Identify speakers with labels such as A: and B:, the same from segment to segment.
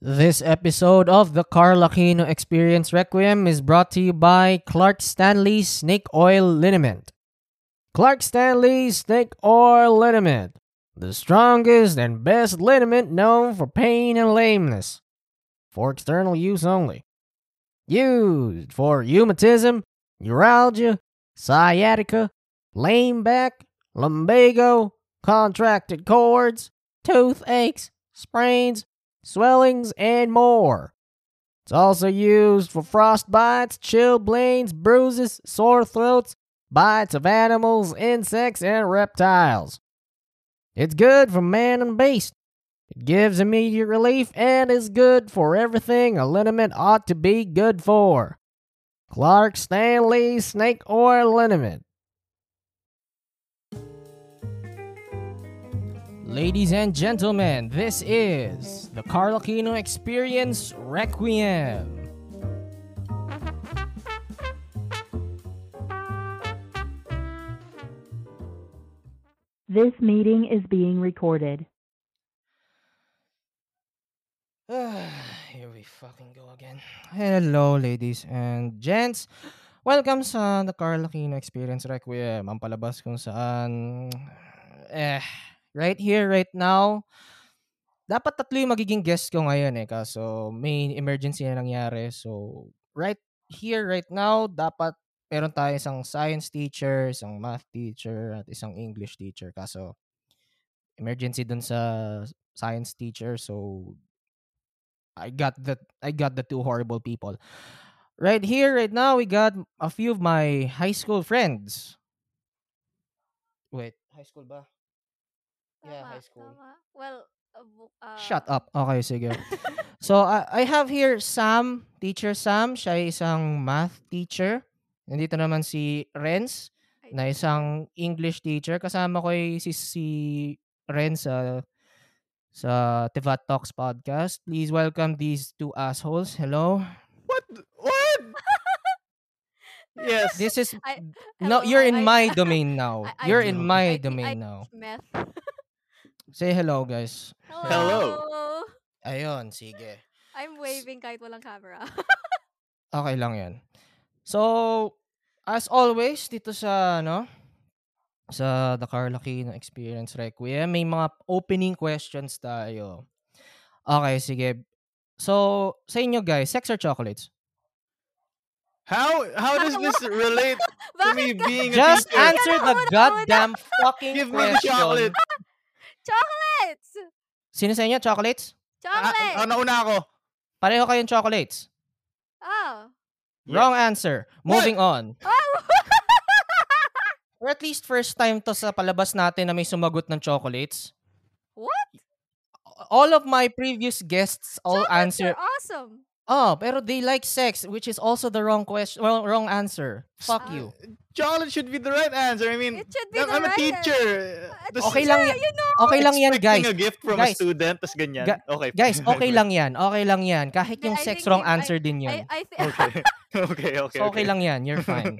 A: This episode of the Carl Aquino Experience Requiem is brought to you by Clark Stanley Snake Oil Liniment. Clark Stanley Snake Oil Liniment, the strongest and best liniment known for pain and lameness, for external use only. Used for rheumatism, neuralgia, sciatica, lame back, lumbago, contracted cords, toothaches, sprains, swellings, and more. It's also used for frostbites, chilblains, bruises, sore throats, bites of animals, insects, and reptiles. It's good for man and beast. It gives immediate relief and is good for everything a liniment ought to be good for. Clark Stanley Snake Oil Liniment. Ladies and gentlemen, this is the Carl Aquino Experience Requiem.
B: This meeting is being recorded.
A: Here we fucking go again. Hello, ladies and gents. Welcome sa The Carl Aquino Experience Requiem. Ang palabas kung saan... Eh, right here, right now. Dapat tatlo yung magiging guest ko ngayon eh. Kaso may emergency na nangyari. So, right here, right now, dapat meron tayo isang science teacher, isang math teacher, at isang English teacher. Kaso, emergency dun sa science teacher. So, I got the I got the two horrible people. Right here, right now, we got a few of my high school friends. Wait, high school ba? Yeah, high school.
C: Tama. Well, uh, bu- uh,
A: Shut up. Okay, sige. so, I I have here Sam, teacher Sam. Siya ay isang math teacher. Nandito naman si Renz,
C: Ay,
A: na isang English teacher. Kasama ko ay si, si Renz sa, sa Tivat Talks podcast. Please welcome these two assholes. Hello.
D: What? What? yes.
A: This is...
C: I-
A: no,
C: hello,
A: you're in
C: I-
A: my
C: I-
A: domain now.
C: I- I
A: you're
C: do-
A: in
C: I
A: my
C: do- I-
A: domain now.
C: Meth.
A: Say hello, guys.
C: Hello.
A: Ayun, sige.
C: I'm waving kahit walang camera.
A: Okay lang yan. So, as always, dito sa, ano, sa The Carl Aquino Experience Requiem, may mga opening questions tayo. Okay, sige. So, sa inyo guys, sex or chocolates?
D: how how does
A: Ano?
D: this relate to me
C: Bakit ka?
D: being
A: Just
D: a teacher?
A: answer the
C: Una, una,
A: goddamn fucking
D: Give me the
A: question.
D: chocolate.
C: Chocolates!
A: Ah, Sino sa inyo, chocolates?
D: Ah,
C: Chocolate!
A: ano?
D: ah, nauna ako.
A: Pareho kayong chocolates.
C: oh.
A: Wrong answer.
D: What?
A: Moving on.
C: Oh!
A: Or at least first time to sa palabas natin na may sumagot ng chocolates.
C: What?
A: All of my previous guests all
C: Chocolates
A: answer
C: are awesome.
A: Oh, pero they like sex, which is also the wrong question, wrong, wrong answer. Fuck
C: Ah.
A: you.
D: Chocolate should be the right answer. I
C: It
D: mean,
C: should be the
D: I'm, I'm a
C: right
D: teacher.
C: answer.
D: Tas
A: Uh, Okay lang
C: Yeah,
A: yan.
C: you know.
A: Okay lang yan,
D: expecting
A: guys.
D: a gift from
A: Guys.
D: a student, tas ganyan.
A: Ga-
D: okay.
A: Guys,
D: fine.
A: okay lang yan. Okay lang yan. Kahit
C: Then
A: yung
C: I
A: sex
C: think
A: wrong
C: you- I-
A: answer din yun.
C: I, I think...
D: okay. okay, okay.
A: so, okay lang yan. You're fine.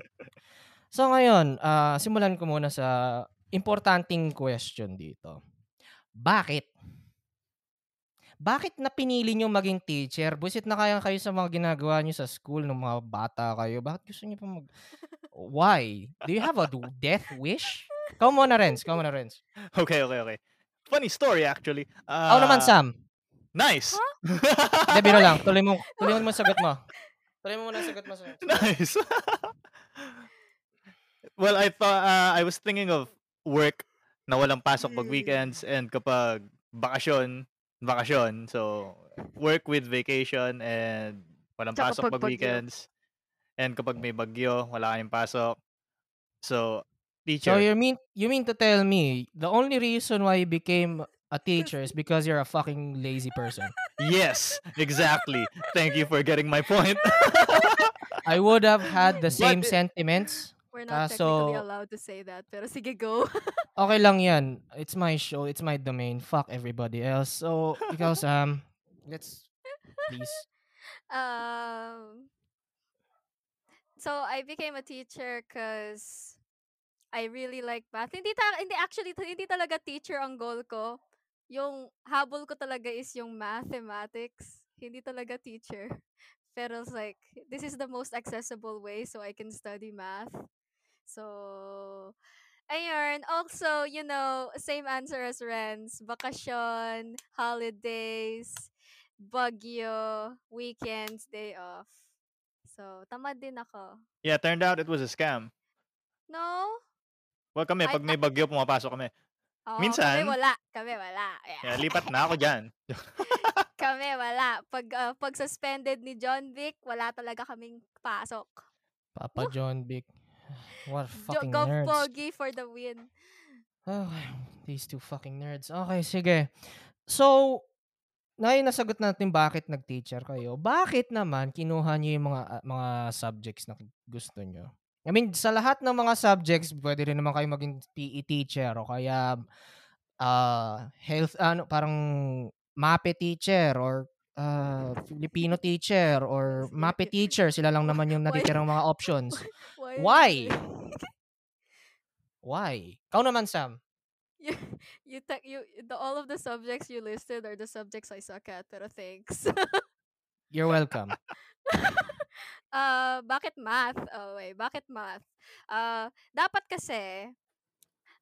A: so, ngayon, ah, simulan ko muna sa importanteng question dito. Bakit? Bakit na pinili nyo maging teacher? Buisit na kaya kayo sa mga ginagawa nyo sa school ng mga bata kayo. Bakit gusto nyo pa mag... Why? Do you have a d- death wish? Kau muna, Renz. Kau muna, Renz.
D: Okay, okay, okay. Funny story, actually.
A: Ako
D: Uh,
A: naman, Sam.
D: Nice.
A: Hindi, biro lang. Tuloy mo, tuloy mo muna sagot mo. Tuloy mo muna sagot mo. Sam.
D: nice. well, I thought uh, I was thinking of work na walang pasok pag
C: Mm.
D: weekends and kapag bakasyon, bakasyon. So, work with vacation and walang
C: Tsaka
D: pasok
C: pag
D: pag
C: bagyo.
D: weekends. And kapag may bagyo, wala kayong pasok.
A: So
D: So, teacher.
A: you mean you mean to tell me the only reason why you became a teacher is because you're a fucking lazy person.
D: yes, exactly. Thank you for getting my point.
A: I would have had the
D: But
A: same
D: it-
A: sentiments.
C: We're
A: Ah,
C: not technically
A: so-
C: allowed to say that. Pero sige, go.
A: Okay lang yan. It's my show. It's my domain. Fuck everybody else. So, ikaw, Sam, let's, please.
C: Um, so I became a teacher because I really like math. Hindi, ta- hindi actually, ta- hindi talaga teacher ang goal ko. Yung habol ko talaga is yung mathematics. Hindi talaga teacher. Pero it's like, this is the most accessible way so I can study math. So, ayun. Also, you know, same answer as Ren's. Vacation, holidays, bagyo, weekends, day off. So, tamad din ako.
D: Yeah, turned out it was a scam.
C: No?
D: Well, kami,
C: I-
D: pag may bagyo, pumapasok kami.
C: Oo, Kami
D: Minsan.
C: wala. Kami wala. Yeah.
D: Yeah, lipat na ako dyan.
C: Kami wala. Pag, ah, pag suspended ni John Vic, wala talaga kaming pasok.
A: Papa John Big. What a
C: Jo-
A: fucking
C: Go
A: nerds.
C: Pogi for the win.
A: Okay, these two fucking nerds. Okay, sige. So, na nasagot natin bakit nag-teacher kayo. Bakit naman kinuha niyo yung mga ah, mga subjects na gusto niyo? I mean, sa lahat ng mga subjects, pwede rin naman kayo maging PE teacher o kaya ah, health, ano, parang MAPE teacher or ah, Filipino teacher or MAPE teacher. Sila lang naman yung
C: Why-
A: natitirang mga options.
C: Why?
A: Why?
C: you-
A: Why? Kau naman, Sam.
C: You, you, te- you the, all of the subjects you listed are the subjects I suck at, pero thanks.
A: You're welcome.
C: Ah, bakit math? Oh, wait, bakit math? Ah, dapat kasi,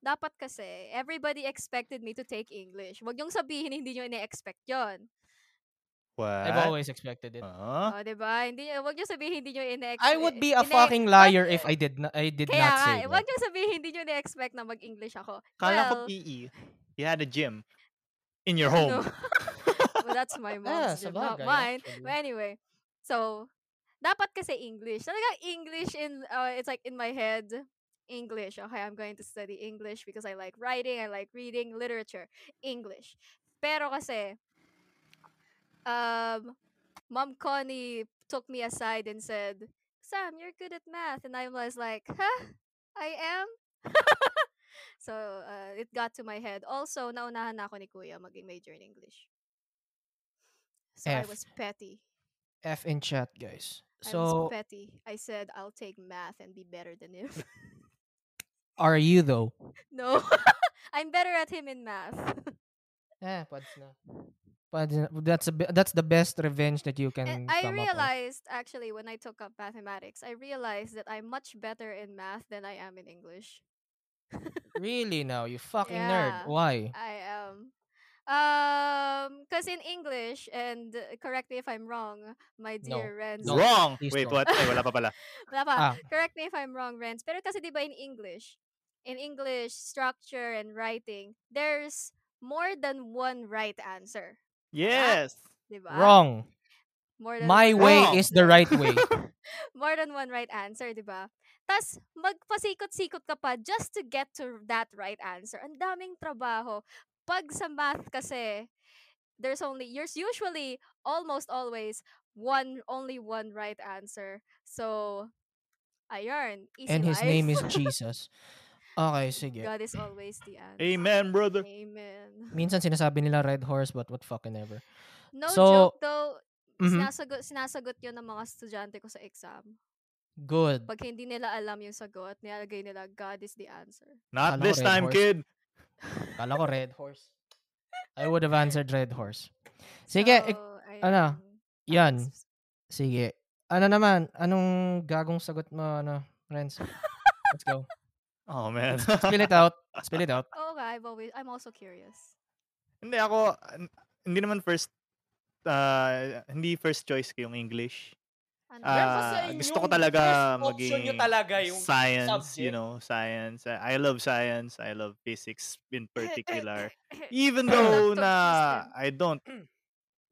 C: dapat kasi, everybody expected me to take English. Huwag niyong sabihin, hindi niyo ine-expect yon.
A: I've
D: What?
A: always expected it.
D: Oo.
C: Oh, 'di ba? Hindi wag niyo sabihin hindi niyo ine-expect.
A: I would be a fucking liar if I did not I did not
C: Kaya nga, eh,
A: say.
C: wag
A: that.
C: niyo sabihin hindi niyo ine-expect na mag-English ako.
D: Kala
C: well,
D: ko PE. You had a gym. In your
C: No.
D: home.
C: Well, that's my
A: Ah,
C: mom's gym, not
A: sabagay,
C: mine.
A: actually.
C: But anyway, so dapat kasi English. Talagang English in uh, it's like in my head English. Okay, I'm going to study English because I like writing, I like reading literature, English. Pero kasi um Mom Connie took me aside and said, "Sam, you're good at math." And I was like, "Huh? I am?" so, uh, it got to my head. Also, naunahan na ako ni Kuya maging major in English. So I
A: F.
C: was petty.
A: F in chat, guys.
C: I was
A: So
C: petty. I said I'll take math and be better than him.
A: are you though?
C: no. I'm better at him in math.
A: Eh, pwede na. Pwede na. That's a be- that's the best revenge that you can
C: And Eh, I
A: come up
C: realized actually when I took up mathematics, I realized that I'm much better in math than I am in English.
A: with. Really now, you fucking nerd.
C: Yeah.
A: Why?
C: I am. Um, because in English, and uh, correct me if I'm wrong, my
A: No.
C: dear Renz.
A: No.
D: Wrong!
A: Please
D: Wait,
A: don't.
D: what? Ay, wala pa pala.
C: Wala pa.
A: Ah.
C: Correct me if I'm wrong, Renz. Pero kasi di ba in English, in English structure and writing, there's more than one right answer.
D: Yes!
C: Di ba?
A: Wrong.
C: More than
A: My
C: one
A: way
D: Wrong.
A: is the right way.
C: more than one right answer, di ba? Tas magpasikot-sikot ka pa just to get to that right answer. Ang daming trabaho. Pag sa math kasi, there's only, there's usually, almost always, one, only one right answer. So, ayun. Easy
A: And his
C: life.
A: name is Jesus. Okay, sige.
C: God is always the answer.
D: Amen, brother.
C: Amen.
A: Minsan sinasabi nila red horse but what fucking ever.
C: No
A: So,
C: joke though,
A: Mhm.
C: sinasagot, sinasagot yun ng mga estudyante ko sa exam.
A: Good.
C: Pag hindi nila alam yung sagot, nilalagay nila, God is the answer.
D: Not
A: Kala ko
D: this
A: red
D: time,
A: horse.
D: kid.
A: Kala ko red horse. I would have answered red horse. Sige, ik-
C: So,
A: ano,
C: ayun.
A: yan.
C: Tapos,
A: Sige. Ano naman? Anong gagong sagot mo, ano, Renz? Let's go.
D: Oh, man.
A: Spill it out. Spill it out.
C: Oh, okay, I've always, I'm also curious.
D: hindi ako, n- hindi naman first, ah, hindi first choice ko yung English.
C: Ano?
D: Ah, gusto ko talaga maging
A: talaga
D: science,
A: subject.
D: you know, science. I, I love science. I love physics in particular. Even though
C: Dr.
D: na
C: Kristen.
D: I don't
A: Mm.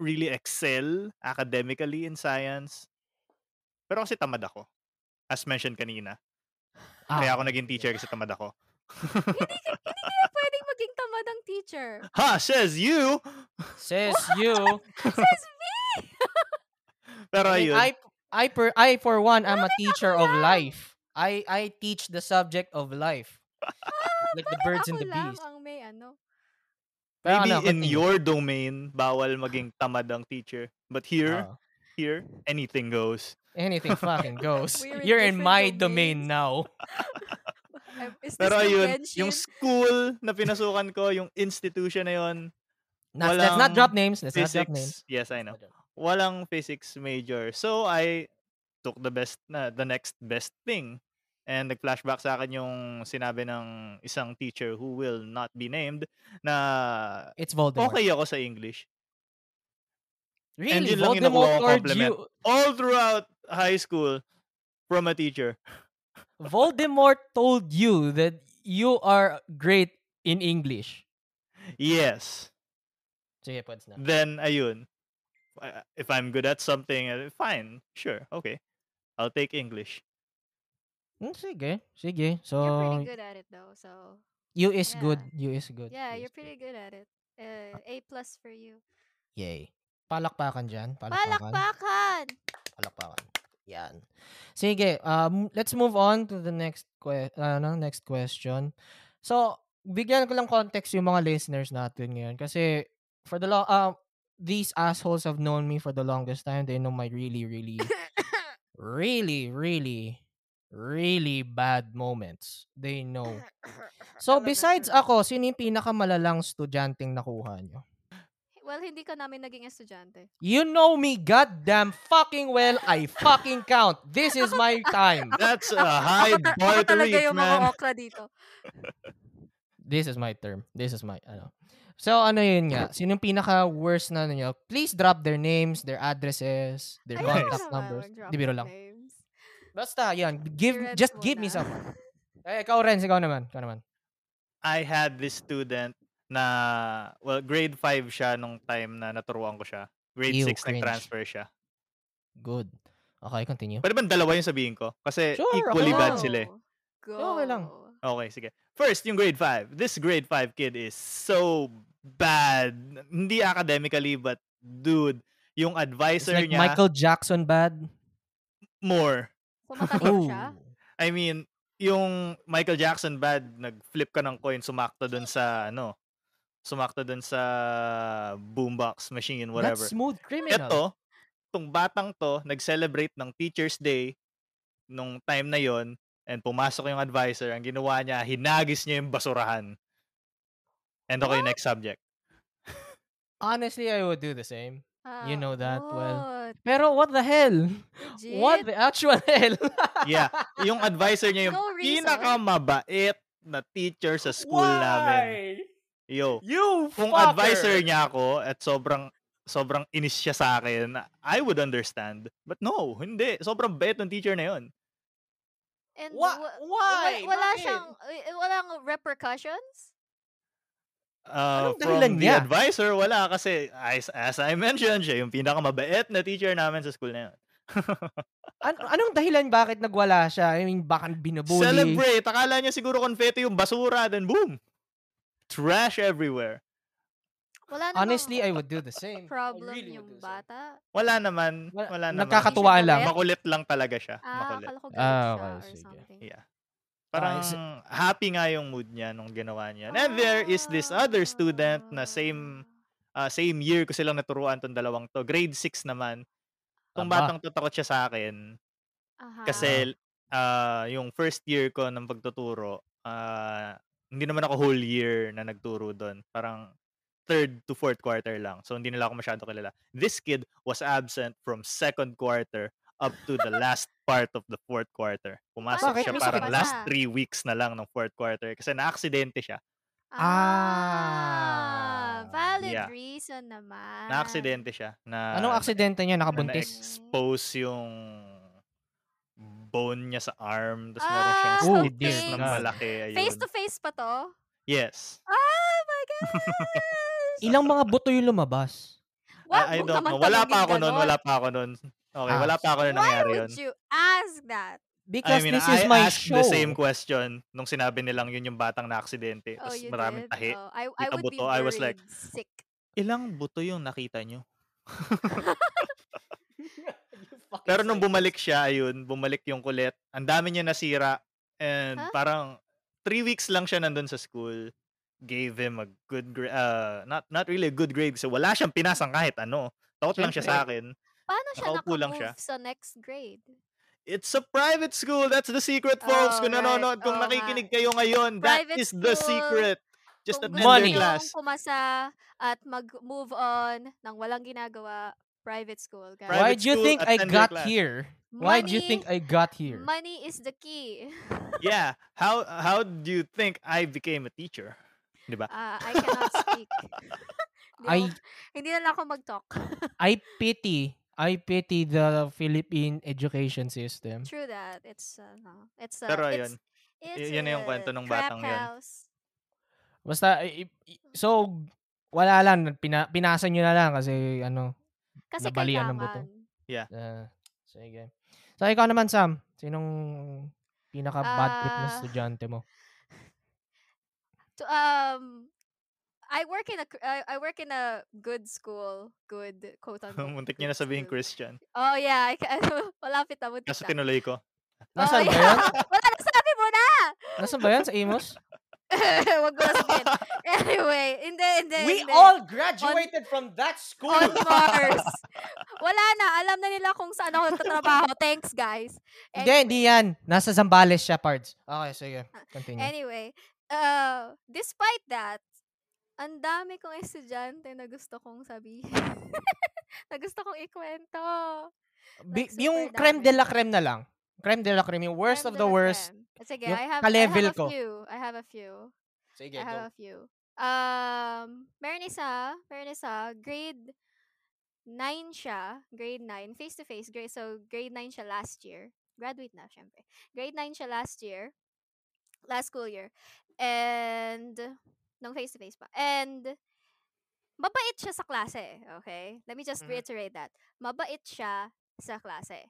D: really excel academically in science, pero kasi tamad ako. As mentioned kanina.
A: Ah,
D: Kaya ako naging teacher kasi tamad ako.
C: hindi, ka- hindi kaya pwedeng maging tamad ang teacher.
D: ha! Says you!
A: Says you.
C: Says me!
D: Pero
A: I, mean,
D: ayun.
A: I, I, per, I for one, I'm a
C: Bakit
A: teacher
C: ako
A: of
C: lang?
A: life. I, I teach the subject of life.
C: Ah,
A: Like the
C: Bakit
A: birds and
C: ako
A: the
C: lang
A: bees.
C: ang may ano.
A: Pero
D: Maybe
A: ano,
D: in
A: continue.
D: your domain, bawal maging tamad ang teacher. But here,
A: Oo.
D: here, anything goes.
A: Oh. anything fucking goes.
C: We're in
A: You're in
C: different
A: my
C: domains.
A: domain now.
C: Um, Is this
D: Pero
C: the
D: ayun,
C: Genshin?
D: yung school na pinasukan ko, yung institution na yun,
A: Not, let's not
D: Walang
A: drop names. Let's not drop names.
D: physics. Yes, I know. walang physics major. So I took the best na the next best thing. And nag-flashback sa akin yung sinabi ng isang teacher who will not be named na
A: It's Voldemort.
D: okay ako sa English. and
A: Really?
D: yun lang yung nakuha
A: Voldemort
D: kong
A: or
D: compliment.
A: Jew-
D: All throughout high school from a teacher.
A: Voldemort told you that you are great in English.
D: Yes.
A: Sige, pwede na.
D: Then ayun. I- If I'm good at something, eh, fine. Sure. Okay. I'll take English.
A: Mm, sige, sige.
C: You're
A: So,
C: pretty good at it though, so
A: you is
C: Yeah.
A: good. You is Oh. good. Ah.
C: yeah,
A: you
C: you're
A: is
C: pretty good at it. Uh, A plus for you.
A: Yay. Palakpakan dyan. Palakpakan.
C: Palakpakan!
A: Palakpakan. Yan. Sige, um, let's move on to the next que- ano, next question. So, bigyan ko lang context yung mga listeners natin ngayon kasi for the long uh, these assholes have known me for the longest time. They know my really really really really really bad moments. They know. So,
C: Talaga
A: besides
C: siya.
A: ako, sino yung pinakamalalang estudyanteng nakuha nyo?
C: Well, hindi ka namin naging estudyante.
A: You know me goddamn fucking well. I fucking count. This is my time.
D: That's a
C: Ako-
D: high
C: ako ta-
D: bar
C: ako
D: to
C: talaga
D: reach,
C: yung mga
D: man.
C: okra dito.
A: This is my term. This is my ano. So ano yun nga? Sinong pinaka worst na ano nyo? Please drop their names, their addresses, their
D: Ayoko
A: contact numbers. Di biro lang. Basta yan. Give just give me some. Eh, ikaw Renz, ikaw naman. Ikaw naman.
D: I had this student na, well, grade 5 siya nung time na naturuan ko siya. Grade
A: Ew,
D: 6
A: cringe.
D: nag-transfer siya.
A: Good. Okay, continue.
D: Pwede ba dalawa yung sabihin ko? Kasi
A: Sure,
D: equally
A: ako
D: bad
A: lang.
D: sila eh.
C: Go.
A: Okay lang.
D: Okay, sige. First, yung grade 5. This grade 5 kid is so bad. Hindi academically, but dude, yung
A: It's
D: advisor
A: like
D: niya,
A: Michael Jackson bad.
D: more.
C: Kumatatag
A: Oh.
C: siya.
D: I mean, yung Michael Jackson bad, nag-flip ka ng coin, sumakta dun sa, ano, sumakta dun sa boombox machine, whatever.
A: That's smooth criminal.
D: Ito, tong batang to, nag-celebrate ng Teacher's Day nung time na yon and pumasok yung advisor, ang ginawa niya, hinagis niya yung basurahan. And okay, next subject.
A: Honestly, I would do the same.
D: Oh.
A: You
C: Ah,
A: know that well.
C: good.
A: Pero what the hell? What
C: Legit?
A: the actual hell?
D: Yeah, Yung advisor niya, yung
C: No reason.
D: pinakamabait na teacher sa school namin. Yo,
A: You
D: kung
A: fucker!
D: advisor niya ako at sobrang sobrang inis siya sa akin, I would understand. But no, hindi. Sobrang bait ng teacher na yon.
C: And
A: Wha-
C: wa-
A: why?
C: wa- Wala
A: Bakit?
C: siyang, eh, walang repercussions?
D: Uh,
A: Anong
D: from
A: dahilan
D: the
A: niya?
D: advisor, wala. Kasi as, as I mentioned, siya yung pinakamabait na teacher namin sa school na yun.
A: An- anong dahilan bakit nagwala siya? I mean, baka binubuli.
D: Celebrate! Akala niya siguro confetti yung basura, then boom! Trash everywhere.
C: Wala namang
A: Honestly, I would do the same. I
C: problem
A: really would do the
C: yung
A: same.
C: bata.
D: Wala naman.
A: Wala-
D: Wala naman.
A: Nagkakatuwa
C: Hindi siya
A: lang.
C: galit?
D: Makulit lang talaga siya.
C: Ah,
D: Makulit.
C: akala ko
A: Ah,
C: ganun siya
A: okay,
C: or
A: sige.
C: something.
D: Yeah. Parang
A: is-
D: happy nga yung mood niya nung ginawa niya. And there is this
C: Ah.
D: other student na same ah, same year ko silang naturuan tong dalawang to. Grade 6 naman. Tong
A: Aba.
D: batang to takot siya sa akin.
C: Aha.
D: Kasi ah, yung first year ko ng pagtuturo, ah, hindi naman ako whole year na nagturo doon. Parang third to fourth quarter lang. So hindi nila ako masyado kilala. This kid was absent from second quarter up to the last part of the fourth quarter. Pumasok
A: Bakit?
D: siya
A: May
D: parang
A: sakit
D: last
C: ba?
D: three weeks na lang ng fourth quarter kasi na-aksidente siya.
A: Ah.
C: Ah, valid
D: Yeah.
C: reason naman.
D: Na-aksidente siya. Na,
A: Ah. Anong aksidente niya? Nakabuntis?
D: Na-expose yung bone niya sa arm. Tapos
C: Ah,
D: meron siyang
A: Oh,
D: stitches
A: dear
D: na
A: God.
D: malaki. Ayun.
C: Face to face pa to?
D: Yes.
C: Oh my gosh!
A: Ilang mga buto yung lumabas?
C: Wag
D: I, I
C: mong
D: don't
C: naman
D: know. Wala
C: tanungin
D: pa ako nun.
C: ganon.
D: Wala pa ako nun. Okay,
A: Ah.
D: wala pa ako
C: Why
D: nun nangyari yun.
C: would you ask that?
A: Because
D: I mean,
A: this
D: I
A: is my
D: asked
A: show.
D: the same question nung sinabi nilang yun yung batang na aksidente.
C: Oh,
D: Tapos
C: you
D: maraming
C: did?
D: tahi.
C: Oh, I, I
D: Kita
C: would be
D: buto. I was like,
C: buried sick.
D: Ilang buto yung nakita nyo? Pero nung bumalik siya, ayun, bumalik yung kulit. Ang dami niya nasira. And
C: Huh?
D: parang three weeks lang siya nandun sa school. Gave him a good grade. Uh, not, not really a good grade. So wala siyang pinasang kahit ano. Takot lang siya sa akin.
C: Paano siya
D: Nakaupo lang
C: nakamove
D: siya.
C: sa next grade?
D: It's a private school. That's the secret, folks.
C: Oh,
D: kung
C: right.
D: nanonood, kung
C: Oo nga.
D: nakikinig kayo ngayon,
C: Private
D: that is the
C: school.
D: secret. Just
C: Kung
D: attend
C: gusto
A: Money.
D: their
C: niyong
D: class.
C: pumasa at mag-move on nang walang ginagawa, private school. guys.
A: Why
D: Private
A: do you
D: school,
A: think I
D: attend your
A: got
D: class.
A: here? Why do you think I got here?
C: Money is the key.
D: Yeah. How how do you think I became a teacher? Di ba?
C: Ah, I cannot speak. Hindi
A: I
C: ako- hindi na lang ako mag-talk.
A: I pity I pity the Philippine education system.
C: True that. It's ano, it's a,
D: Pero
C: it's,
D: yun.
C: it's
D: yun na yung
C: a
D: kwento nung
C: crap
D: batang yun.
C: house.
A: Basta i- i- so wala lang pina, pinasa nyo na lang kasi ano.
C: Kasi
A: Nabalian ng buto.
C: kailangan.
A: Uh, sige. So ikaw naman Sam, sinong pinaka bad trip na
C: Ah.
A: estudyante mo?
C: to um I work in a cr- I, I work in a good school, good quote unquote.
D: Muntik
C: good
D: niya na sabihin
C: school.
D: Christian.
C: Oh yeah, I, ca- ano, malapit na muntik
D: Kaso
C: na.
D: tinuloy ko.
C: Oo,
A: Nasaan ba
C: yeah.
A: yun?
C: Wala na sabi mo na.
A: Nasaan ba yun sa Amos?
C: Wag mo na sabihin. Anyway, hindi hindi. hindi.
A: graduated from that school.
C: on Mars. Wala na, alam na nila kung saan ako nagtatrabaho. Thanks guys.
A: Hindi, hindi yan. Nasa Zambales siya, Pards. Okay, sige. Continue.
C: Ah, Anyway, uh, despite that, ang dami kong estudyante na gusto kong sabihin. na gusto kong ikwento.
A: Bi-
C: super
A: yung creme
C: dami.
A: de la creme na lang. Creme de la creme. Yung worst
C: Creme
A: of
C: de
A: the
C: la
A: worst.
C: creme. Sige,
A: Yung
C: I have,
A: ka-level
C: I have
A: ko.
C: a few. I have a few.
A: Sige,
C: I have
A: go.
C: a few. Um, meron isa, meron isa, grade 9 siya, grade 9, face-to-face, grade, so grade 9 siya last year. Graduate na, syempre. Grade 9 siya last year, last school year. And, nung face-to-face pa. And, mabait siya sa klase, okay? Let me just
A: Mhm.
C: reiterate that. Mabait siya sa klase.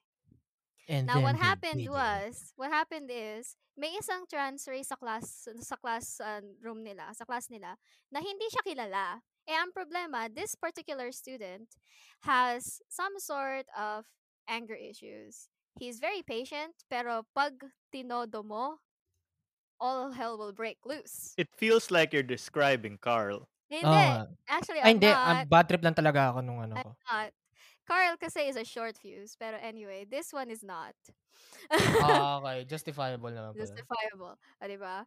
A: And
C: Now, what
A: then they
C: happened
A: did it.
C: was, what happened is, may isang trans race sa class, sa class uh, room nila, sa class nila, na hindi siya kilala. Eh, ang problema, this particular student has some sort of anger issues. He's very patient, pero pag tinodo mo, all hell will break loose.
D: It feels like you're describing Carl.
A: Oo nga.
C: Hindi. Actually,
A: Oh, Ay,
C: I'm
A: hindi.
C: not.
A: Ah, bad trip lang talaga ako nung ano ko.
C: not. Carl kasi is a short fuse. Pero anyway, this one is not.
A: Ah, okay. Justifiable naman pala.
C: Justifiable. O, diba?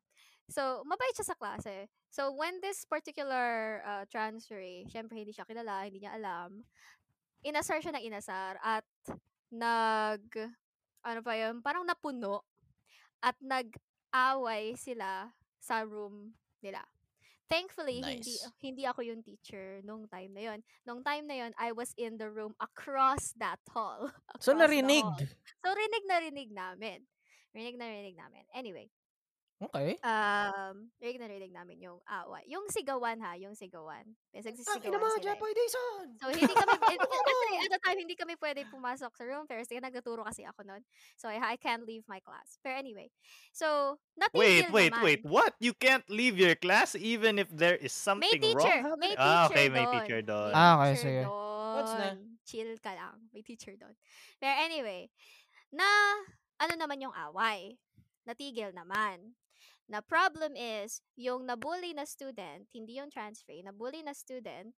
C: So, mabait siya sa klase. So, when this particular uh, transferee, syempre hindi siya kilala, hindi niya alam, inasar siya ng inasar at nag, ano pa yun, parang napuno at nag-away sila sa room nila. Thankfully, hindi
A: Nice.
C: hindi ako yung teacher nung time na yon. Nung time na yon, I was in the room across that hall.
A: So,
C: across the
A: narinig.
C: hall. So, rinig na rinig namin. Rinig na rinig namin. Anyway,
A: Okay.
C: um, rinig na rinig namin yung awa. Yung sigawan ha, yung sigawan. May nagsisigawan sila. eh.
A: Dayson!
C: So, hindi kami, eh, actually, at the time, hindi kami pwede pumasok sa room. Pero sige, nagtuturo kasi ako nun. So, I, I can't leave my class. Pero anyway, so, nothing
D: Wait,
C: real
D: wait,
C: naman.
D: wait. What? You can't leave your class even if there is something
C: May teacher.
D: wrong
C: May
D: happening?
C: teacher
D: Ah, okay, may
C: doon.
D: teacher doon.
A: Ah, okay,
C: teacher
A: sige.
C: Doon.
A: What's na?
C: Chill ka lang. May teacher doon. Pero anyway, na ano naman yung away. Natigil naman. Na problem is, yung nabully na student, hindi yung transfer, nabully na student,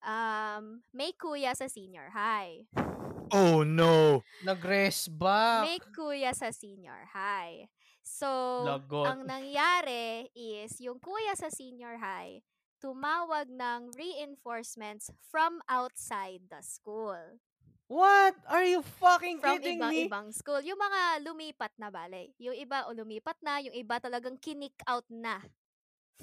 C: um, may kuya sa senior high.
D: Oh no.
A: Nag-rest back.
C: May kuya sa senior high. So,
A: Lagot.
C: ang nangyari is yung kuya sa senior high tumawag ng reinforcements from outside the school.
A: What? Are you fucking
C: From
A: kidding me?
C: ibang-ibang school. Yung mga lumipat na bale. Yung iba o lumipat na, yung iba talagang kinick out na.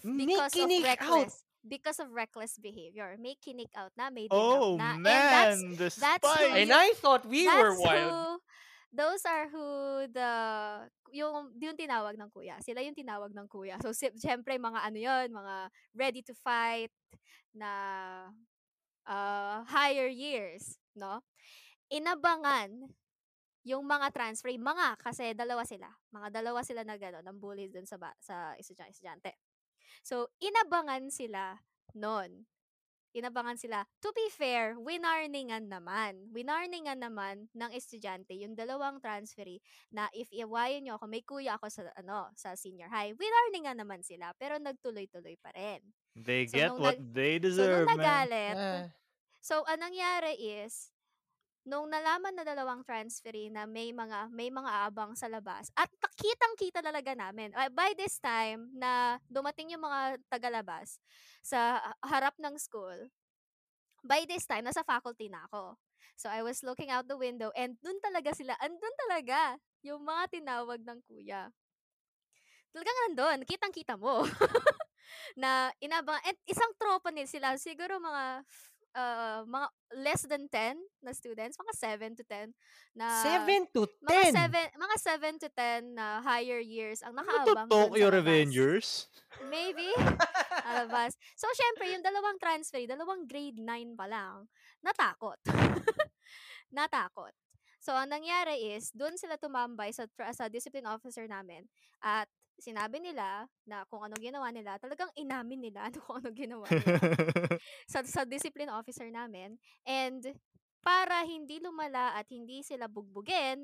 C: Because of
A: Nikinig out.
C: reckless. Because of reckless behavior. May kinick out na, may din
D: Oh
C: out na. And that's
D: man, the
C: that's who
D: spike.
A: And I thought we were
C: That's
A: wild.
C: who, those are who the, yung, yung tinawag ng kuya. Sila yung tinawag ng kuya. So, si, syempre, mga ano yon mga ready to fight na uh, higher years, no? Inabangan yung mga transfer, mga, kasi dalawa sila. Mga dalawa sila na gano'n, ng bullies dun sa, ba, sa estudyan- estudyante. So, inabangan sila noon inabangan sila. To be fair, winarningan naman. Winarningan naman ng estudyante yung dalawang transferee na if iwayan nyo ako, may kuya ako sa, ano, sa senior high. Winarningan naman sila, pero nagtuloy-tuloy pa rin.
D: They
C: So
D: get
C: nung
D: what they deserve,
C: so, nung
D: man.
C: nagalit,
A: Ah,
C: So, anong nangyari is, nung nalaman na dalawang transferee na may mga may mga abang sa labas at kitang-kita talaga namin. Uh, By this time na dumating yung mga tagalabas sa harap ng school, by this time nasa faculty na ako. So I was looking out the window and dun talaga sila, andun talaga yung mga tinawag ng kuya. Talagang andun, kitang-kita mo. na inabang, at isang tropa nila sila, siguro mga uh, mga less than 10 na students, mga 7 to 10 na
A: 7 to
C: uh, mga
A: 10.
C: 7 mga 7 to 10 na higher years ang nakaabang dun
D: Natutok
C: sa
D: yung
C: labas.
D: Revengers.
C: Maybe. Alabas. So, syempre, yung dalawang transfer, dalawang grade 9 pa lang, natakot. natakot. So, ang nangyari is, doon sila tumambay sa, tra- sa discipline officer namin at sinabi nila na kung ano ginawa nila, talagang inamin nila kung ano ginawa nila sa, sa discipline officer namin. And para hindi lumala at hindi sila bugbugin,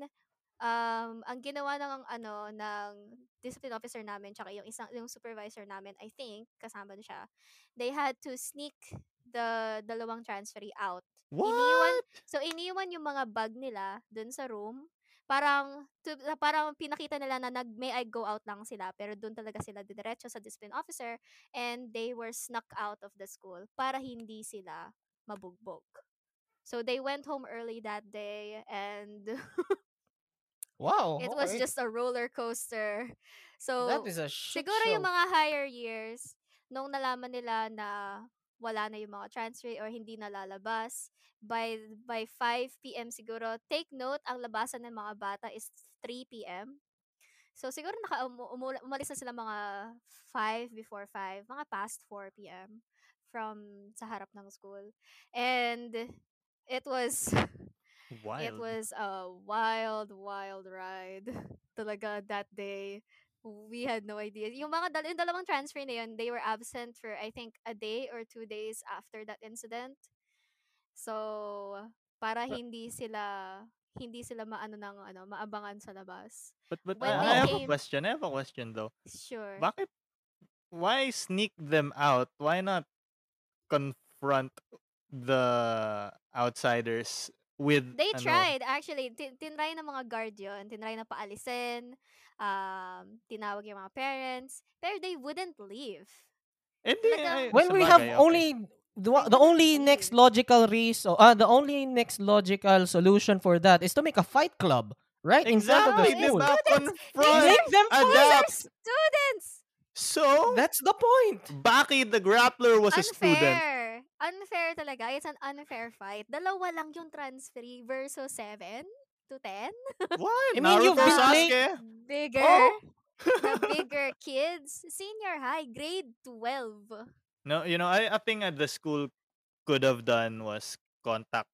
C: um, ang ginawa ng ano ng discipline officer namin tsaka yung isang yung supervisor namin, I think kasama na siya. They had to sneak the dalawang transferee out. Iniwan,
D: What?
C: so iniwan yung mga bag nila dun sa room. Parang to, parang pinakita nila na nag may I go out lang sila pero dun talaga sila diretso sa discipline officer and they were snuck out of the school para hindi sila mabugbog. So they went home early that day and
A: Wow.
C: it
A: Oh,
C: was
A: okay.
C: just a roller coaster. So
A: That is a shit
C: siguro
A: show.
C: yung mga higher years nung nalaman nila na wala na yung mga transfer or hindi na lalabas by by 5 p.m. siguro take note ang labasan ng mga bata is 3 p.m. So siguro naka umu- umula- umalis na sila mga 5 before 5, mga past 4 p.m. from sa harap ng school. And it was
D: Wild.
C: it was a wild, wild ride. Talaga that day. We had no idea. Yung mga dal- yung dalawang transfer na yun, they were absent for I think a day or two days after that incident. So, para hindi sila hindi sila maano ng ano, maabangan sa labas.
D: But, but
C: when
D: I-
A: they
D: I have a
C: came-
D: question. I have a question though.
C: Sure.
D: Bakit? Why sneak them out? Why not confront the outsiders with
C: They
D: ano,
C: tried, actually. Tin- tinry ng mga guard yun. Tinry na paalisin. Um, tinawag yung mga parents. Pero they wouldn't leave.
D: Hindi,
C: Talagang-
D: ay,
A: when we have
D: sabagay, okay.
A: only the, wa- the
C: Wala
A: only
C: nang
A: next
C: way.
A: logical reason uh, the only next logical solution for that is to make a fight club right in front of the
D: Exactly,
C: Yes,
A: school.
D: diba?
C: students.
D: Confront,
A: Make them
C: These
A: fight.
D: adapt.
C: are students!
D: So,
A: That's the point.
D: Baki the Grappler was a student.
C: Unfair. Unfair talaga. It's an unfair fight. Dalawa lang yung transferee versus 7 to 10.
D: What?
A: I mean,
D: Naruto
A: you've been playing-
D: Sasuke?
C: Bigger.
A: Oh.
C: the bigger kids. Senior high, grade 12.
D: No, you know, I, I think at the school could have done was contact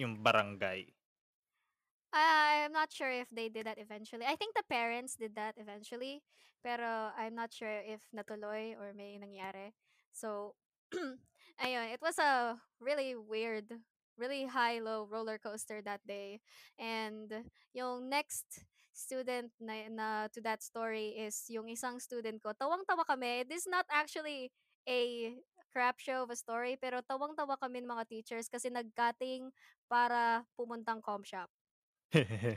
D: yung barangay.
C: I- I'm not sure if they did that eventually. I think the parents did that eventually. Pero I'm not sure if natuloy or may nangyari. So, ayun, it was a really weird, really high-low roller coaster that day. And yung next student na, na to that story is yung isang student ko. Tawang-tawa kami. This is not actually a crap show of a story, pero tawang-tawa kami ng mga teachers kasi nag-cutting para pumuntang com shop.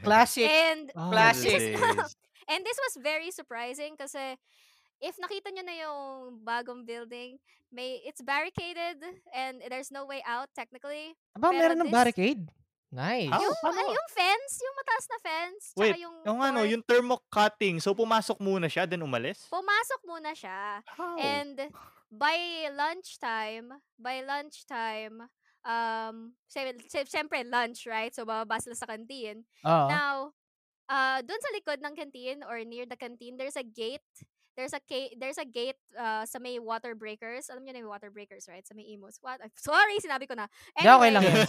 A: Classic.
C: And
A: Oh,
E: Classic.
D: These days.
C: and this was very surprising kasi if nakita nyo na yung bagong building, may it's barricaded and there's no way out technically.
A: Aba,
C: Pero
A: meron ng
C: this-
A: barricade. Nice.
D: How?
C: yung
D: Paano?
C: ano, yung fence, yung mataas na fence, tsaka
D: Wait,
C: yung
D: Yung ano,
C: door,
D: yung thermo cutting. So, pumasok muna siya, then umalis?
C: pumasok muna siya.
D: How?
C: Oh, And by lunchtime, by lunchtime, um, syem- syem- syempre lunch, right? So, bababa sila sa kantin.
A: Ah.
C: Now, uh, doon sa likod ng canteen or near the canteen, there's a gate. There's a ca- there's a gate uh, sa may water breakers. Alam niyo na yung water breakers, right? Sa may Imos. What? Ay, Sorry, sinabi ko na.
A: Hindi, okay lang yan.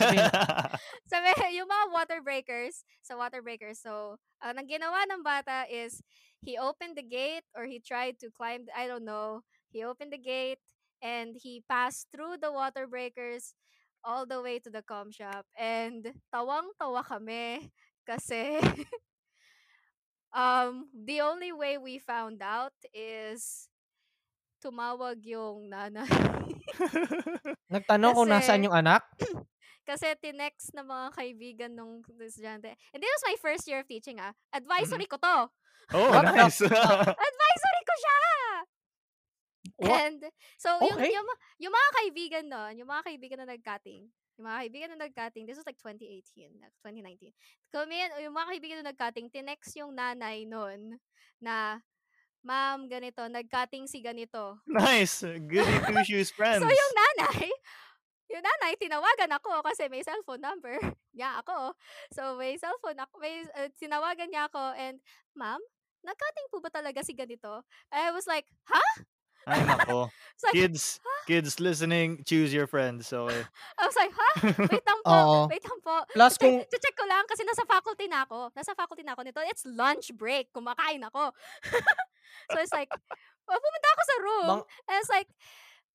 C: sa may, yung mga water breakers, sa water breakers. So, ang nang ginawa ng bata is he opened the gate or he tried to climb, the- I don't know. He opened the gate and he passed through the water breakers all the way to the com shop. And tawang-tawa kami kasi um, the only way we found out is tumawag yung nanay.
A: Nagtanong kung
C: Kasi-
A: nasaan yung anak.
C: Kasi tinext ng mga kaibigan nung estudyante. And this was my first year of teaching, ah. Advisory ko to.
D: oh,
A: What the
D: nice.
C: Advisory ko siya!
A: What?
C: And so, yung,
A: Okay.
C: yung, yung mga kaibigan nun, yung mga kaibigan na nag-cutting, Yung mga kaibigan na nag-cutting, this was like 2018, na- 2019. Kami, yung mga kaibigan na nag-cutting, tinext yung nanay nun na, ma'am, ganito, nag-cutting si ganito.
D: Nice. uh, Goody two shoes friends.
C: So
A: Ano
C: yung nanay, yung nanay, tinawagan ako kasi may cellphone number niya ako. So may cellphone ako, may, uh, tinawagan niya ako and, ma'am, nagkating po ba talaga si ganito? I was like, ha?
D: Ay, nako.
C: It's like,
D: Kids, kids listening, choose your eh, friends. Okay.
C: I was like, ha? Wait lang po,
A: Oo.
C: wait lang po.
A: Plus
C: Check,
A: kung
C: check ko lang kasi nasa faculty na ako. Nasa faculty na ako nito. It's lunch break. Kumakain ako. so it's like, oh, pumunta ako sa room.
A: Bang-
C: And it's like,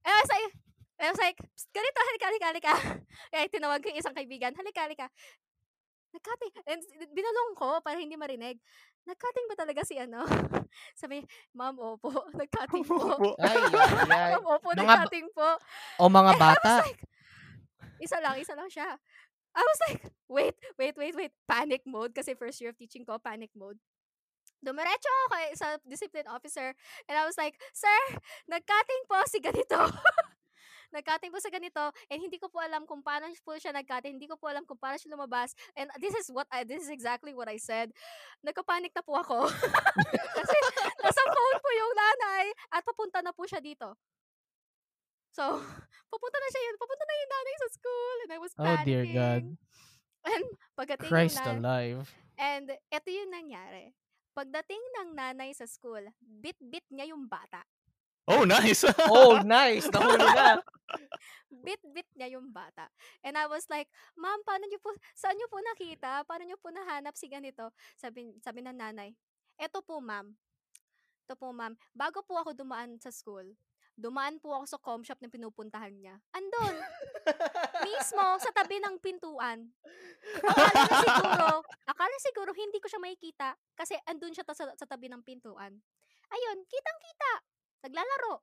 C: and I was like, and I was like, "Psst, ganito, halika, halika, halika. Kaya tinawag ko yung isang kaibigan, halika, halika. Nagkating, and s- binalong ko para hindi marinig. Nagkating ba talaga si ano? Sabi, ma'am, opo, nagkating po.
D: Po.
A: ay, ay, ay.
C: ma'am, opo,
A: Mga ba-
C: nagkating po.
A: o mga
C: And
A: bata.
C: I was like, isa lang, isa lang siya. I was like, wait, wait, wait, wait. Panic mode kasi first year of teaching ko, panic mode. Dumiretso ako kay sa discipline officer and I was like, sir, nagkating po si ganito. nagkating po sa ganito and hindi ko po alam kung paano po siya nagkating. Hindi ko po alam kung paano siya lumabas. And this is what I, this is exactly what I said. Nagka-panic na po ako. kasi nasa phone po yung nanay at papunta na po siya dito. So, papunta na siya yun. Papunta na yung nanay sa school. And I was
A: Oh,
C: panicking.
A: dear God.
C: And pagdating
A: Christ
C: ng
A: alive.
C: And ito yung nangyari. Pagdating ng nanay sa school, bit-bit niya yung bata.
D: Oh, nice.
A: Oh, nice. Nahuli na.
C: Bit-bit niya yung bata. And I was like, Ma'am, paano niyo po, saan niyo po nakita? Paano niyo po nahanap si ganito? Sabi, sabi ng nanay, Eto po, ma'am. Eto po, ma'am. Bago po ako dumaan sa school, dumaan po ako sa com shop na pinupuntahan niya. Andun, mismo, sa tabi ng pintuan. Akala niya siguro, akala niya siguro hindi ko siya makikita kasi andun siya ta- sa, sa tabi ng pintuan. Ayun, kitang-kita. Naglalaro.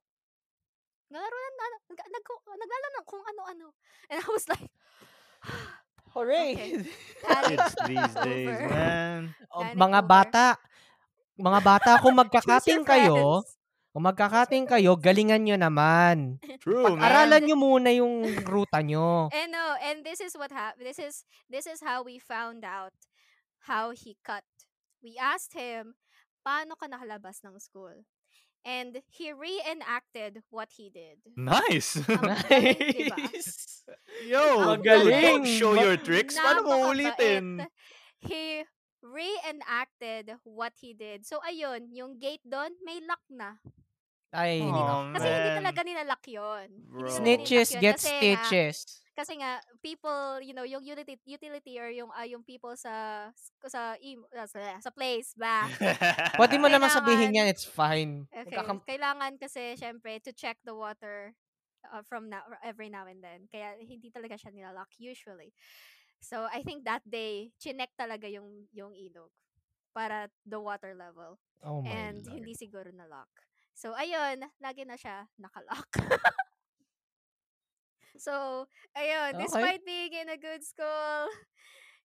C: Naglalaro na, na nag, nag, naglalaro ng kung ano-ano. And I was like,
A: Hooray.
C: Okay.
D: Kids these days,
C: Over.
D: man.
A: O,
C: Panic
A: Oh, mga
C: over.
A: bata. Mga bata, kung
C: Choose your
A: magkakating kayo,
C: friends.
A: kung magkakating kayo, galingan nyo naman.
D: True, man.
A: Aralan nyo muna yung ruta nyo.
C: And no, and this is what happened. This is this is how we found out how he cut. We asked him, "Paano ka nakalabas ng school?" And he reenacted what he did.
D: Nice.
C: Eh, Ang galing, di ba?
A: Nice.
D: Yo,
C: Ang
D: dude,
A: galing.
D: don't show your tricks. Paano mo
C: Napakabait.
D: ulitin?
C: He reenacted what he did. So ayun, yung gate doon may lock na.
A: Ay,
D: Aw,
A: nako.
C: Kasi hindi
D: man.
C: talaga nilalock 'yon. Hindi
D: Bro.
C: talaga
A: Snitches
C: nilalock yun
A: get
C: kasi nga-
A: stitches.
C: kasi nga people you know yung utility utility or yung ah, yung people sa sa im- ah, sa, sa place ba
A: Pwede mo naman sabihin
C: Ah.
A: yan,
C: Kailangan-
A: it's fine.
C: okay
A: Magkakam-
C: kailangan kasi syempre to check the water uh, from now every now and then kaya hindi talaga siya nilalock usually so i think that day chinek talaga yung yung ilog para the water level
A: Oh my
C: and
A: Lord.
C: hindi siguro na-lock. So, ayun, lagi na siya nakalock. so, ayun,
A: Okay.
C: despite being in a good school,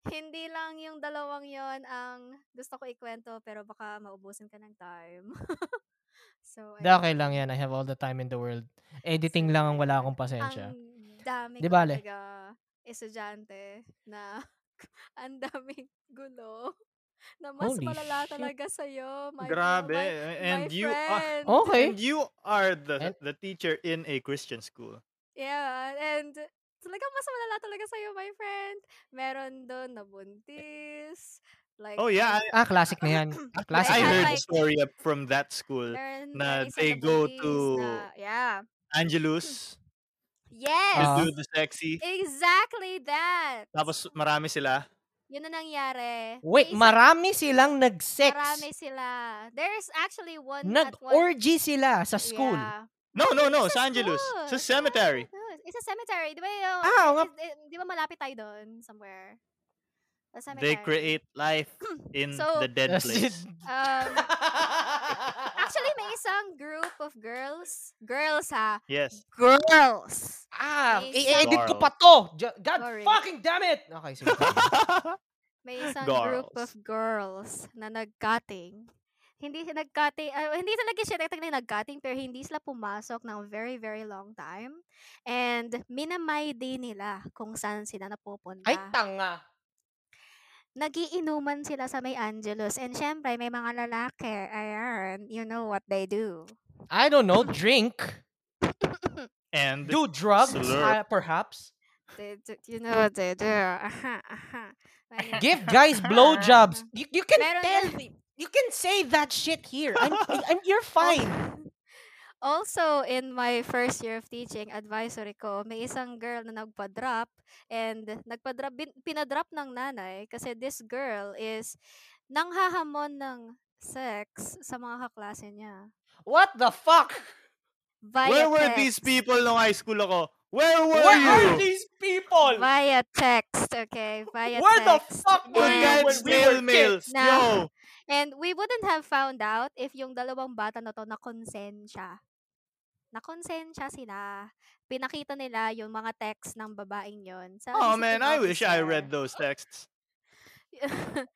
C: hindi lang yung dalawang yon ang gusto ko ikwento, pero baka maubusan ka ng time. so,
A: Hindi, okay lang yan. I have all the time in the world. Editing lang ang wala akong pasensya.
C: ang dami
A: Di
C: ko
A: bale.
C: talaga estudyante na ang daming gulo na mas
A: Holy
C: malala
A: shit.
C: talaga sa'yo. My,
D: Grabe.
C: my
D: And
C: my
D: you, ah,
C: friend.
A: okay.
D: and you are the
A: And-
D: the teacher in a Christian school.
C: Yeah, and talagang mas malala talaga sa'yo, my friend. Meron doon na buntis. Like,
D: Oh yeah,
A: Ah, classic na yan.
D: I,
A: Classic.
D: I
C: Like,
D: heard a
C: like-
D: story up from that school.
C: meron
D: na
C: isang
D: they go
C: nabuntis
D: to- Ah.
C: na- yeah.
D: Angelus,
C: Yes!
A: Ah.
D: the dude, the sexy.
C: Exactly that!
D: Tapos marami sila.
C: Yun na nangyari.
A: Wait,
C: Basic-
A: marami silang nag-sex.
C: Marami sila. There's actually one at one...
A: Nag-orgy sila sa school.
C: Yeah.
D: No, no, no,
C: Sa
D: sa Angelus.
C: school.
D: Oh, Sa cemetery.
C: Angelus. It's a cemetery. Di ba yung...
A: Ah, oo nga.
C: is- eh, Di ba malapit tayo doon somewhere? Sa cemetery.
D: They
C: Hmm.
D: create life in
C: So-
D: the dead
A: That's it.
D: place.
C: Um, actually, may isang group of girls. Girls, ha?
D: Yes.
C: Girls!
A: ah,
C: may
A: i-edit ko
D: isang-
A: pa to. Jo- God
C: Sorry.
A: fucking damn it. Okay, sige.
C: May isang group of girls na nag Hindi siya nag-cutting, ah, hindi talaga siya technically nag-cutting, pero hindi sila pumasok ng very, very long time. And minamay din nila kung saan sila napupunta.
A: Ay, tanga.
C: Nagiinuman sila sa may Angelus. And syempre, may mga lalaki. Ayan, you know what they do.
A: I don't know. Drink.
D: And
A: Do drugs,
D: Slurp.
A: uh, perhaps.
C: They do- you know what they do. Aha, aha. Like,
A: Give guys blowjobs. You, you can
C: Meron
A: tell.
C: yan.
A: the- You can say that shit here. I'm, I- I'm, you're fine.
C: Also, in my first year of teaching, advisory ko, may isang girl na nagpa-drop and nagpa-drop, bin- pinadrop ng nanay kasi this girl is nanghahamon ng sex sa mga kaklase niya.
A: What the fuck?
C: Via
D: where were
C: text.
D: these people nung high school ako? Where were
A: Where
D: you?
A: are these people?
C: Via text, okay? Via
A: Where the
C: text.
A: fuck were
D: Good
A: you
C: And-
A: when
D: guys,
A: we
D: male
A: were
D: males.
C: kids?
D: Yo.
C: Nah. And we wouldn't have found out if yung dalawang bata na to nakonsensya. Nakonsensya sila. Pinakita nila yung mga text ng babaeng yon. Sa
D: Oh
C: visiting
D: man, I wish I
C: officer.
D: read those texts.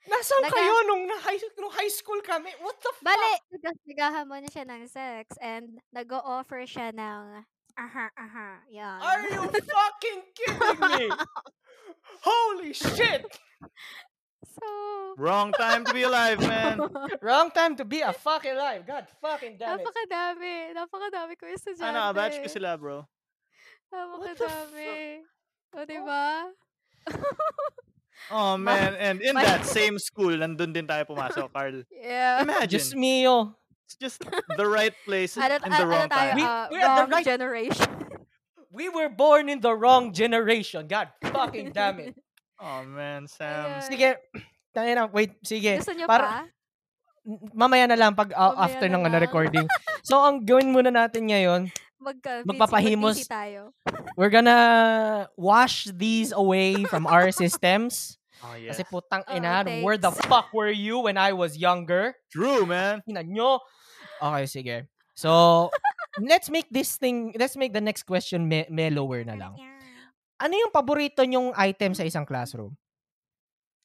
A: Nasaan
C: Naga-
A: kayo nung, na high, nung high school kami? What the fuck?
C: Bale, nagas- naghahamon siya ng sex and nag-o-offer siya ng aha, aha, yan.
A: Are you fucking kidding me? Holy shit!
C: so,
D: Wrong time to be alive, man.
A: Wrong time to be a fucking live. God fucking damn it.
C: napakadami. Napakadami ko estudyante.
D: Ano, batch ko sila, bro.
C: Napakadami. O, diba?
D: Oh man, and in
C: Ma-
D: that same school, nandun din tayo pumasok, Carl.
C: Yeah.
D: Imagine,
A: Just me, yo.
D: it's just the right place
C: Ano,
D: in the
C: ano
D: wrong
C: tayo?
D: time.
A: We-
C: uh,
A: we are the
C: wrong
A: right-
C: generation.
A: We were born in the wrong generation. God fucking damn it.
D: Oh man, Sam.
C: Ayun.
A: Sige. Tangin na, wait, sige.
C: Gusto nyo
A: Para-
C: pa?
A: N- Mamaya na lang pag uh,
C: Mamaya
A: after
C: na
A: ng ano,
C: lang.
A: recording. so, ang gawin muna natin ngayon,
C: Magka-
A: Magpapahimos.
C: busy- busy ah, tayo.
A: we're gonna wash these away from our systems.
D: Oh yeah.
A: Kasi putang
C: Oo,
A: ina, where the
C: thanks.
A: fuck were you when I was younger?
D: True, man.
A: Ina nyo. Okay, sige. So, let's make this thing, let's make the next question me- mellower na lang. Ano yung paborito nyong item sa isang classroom?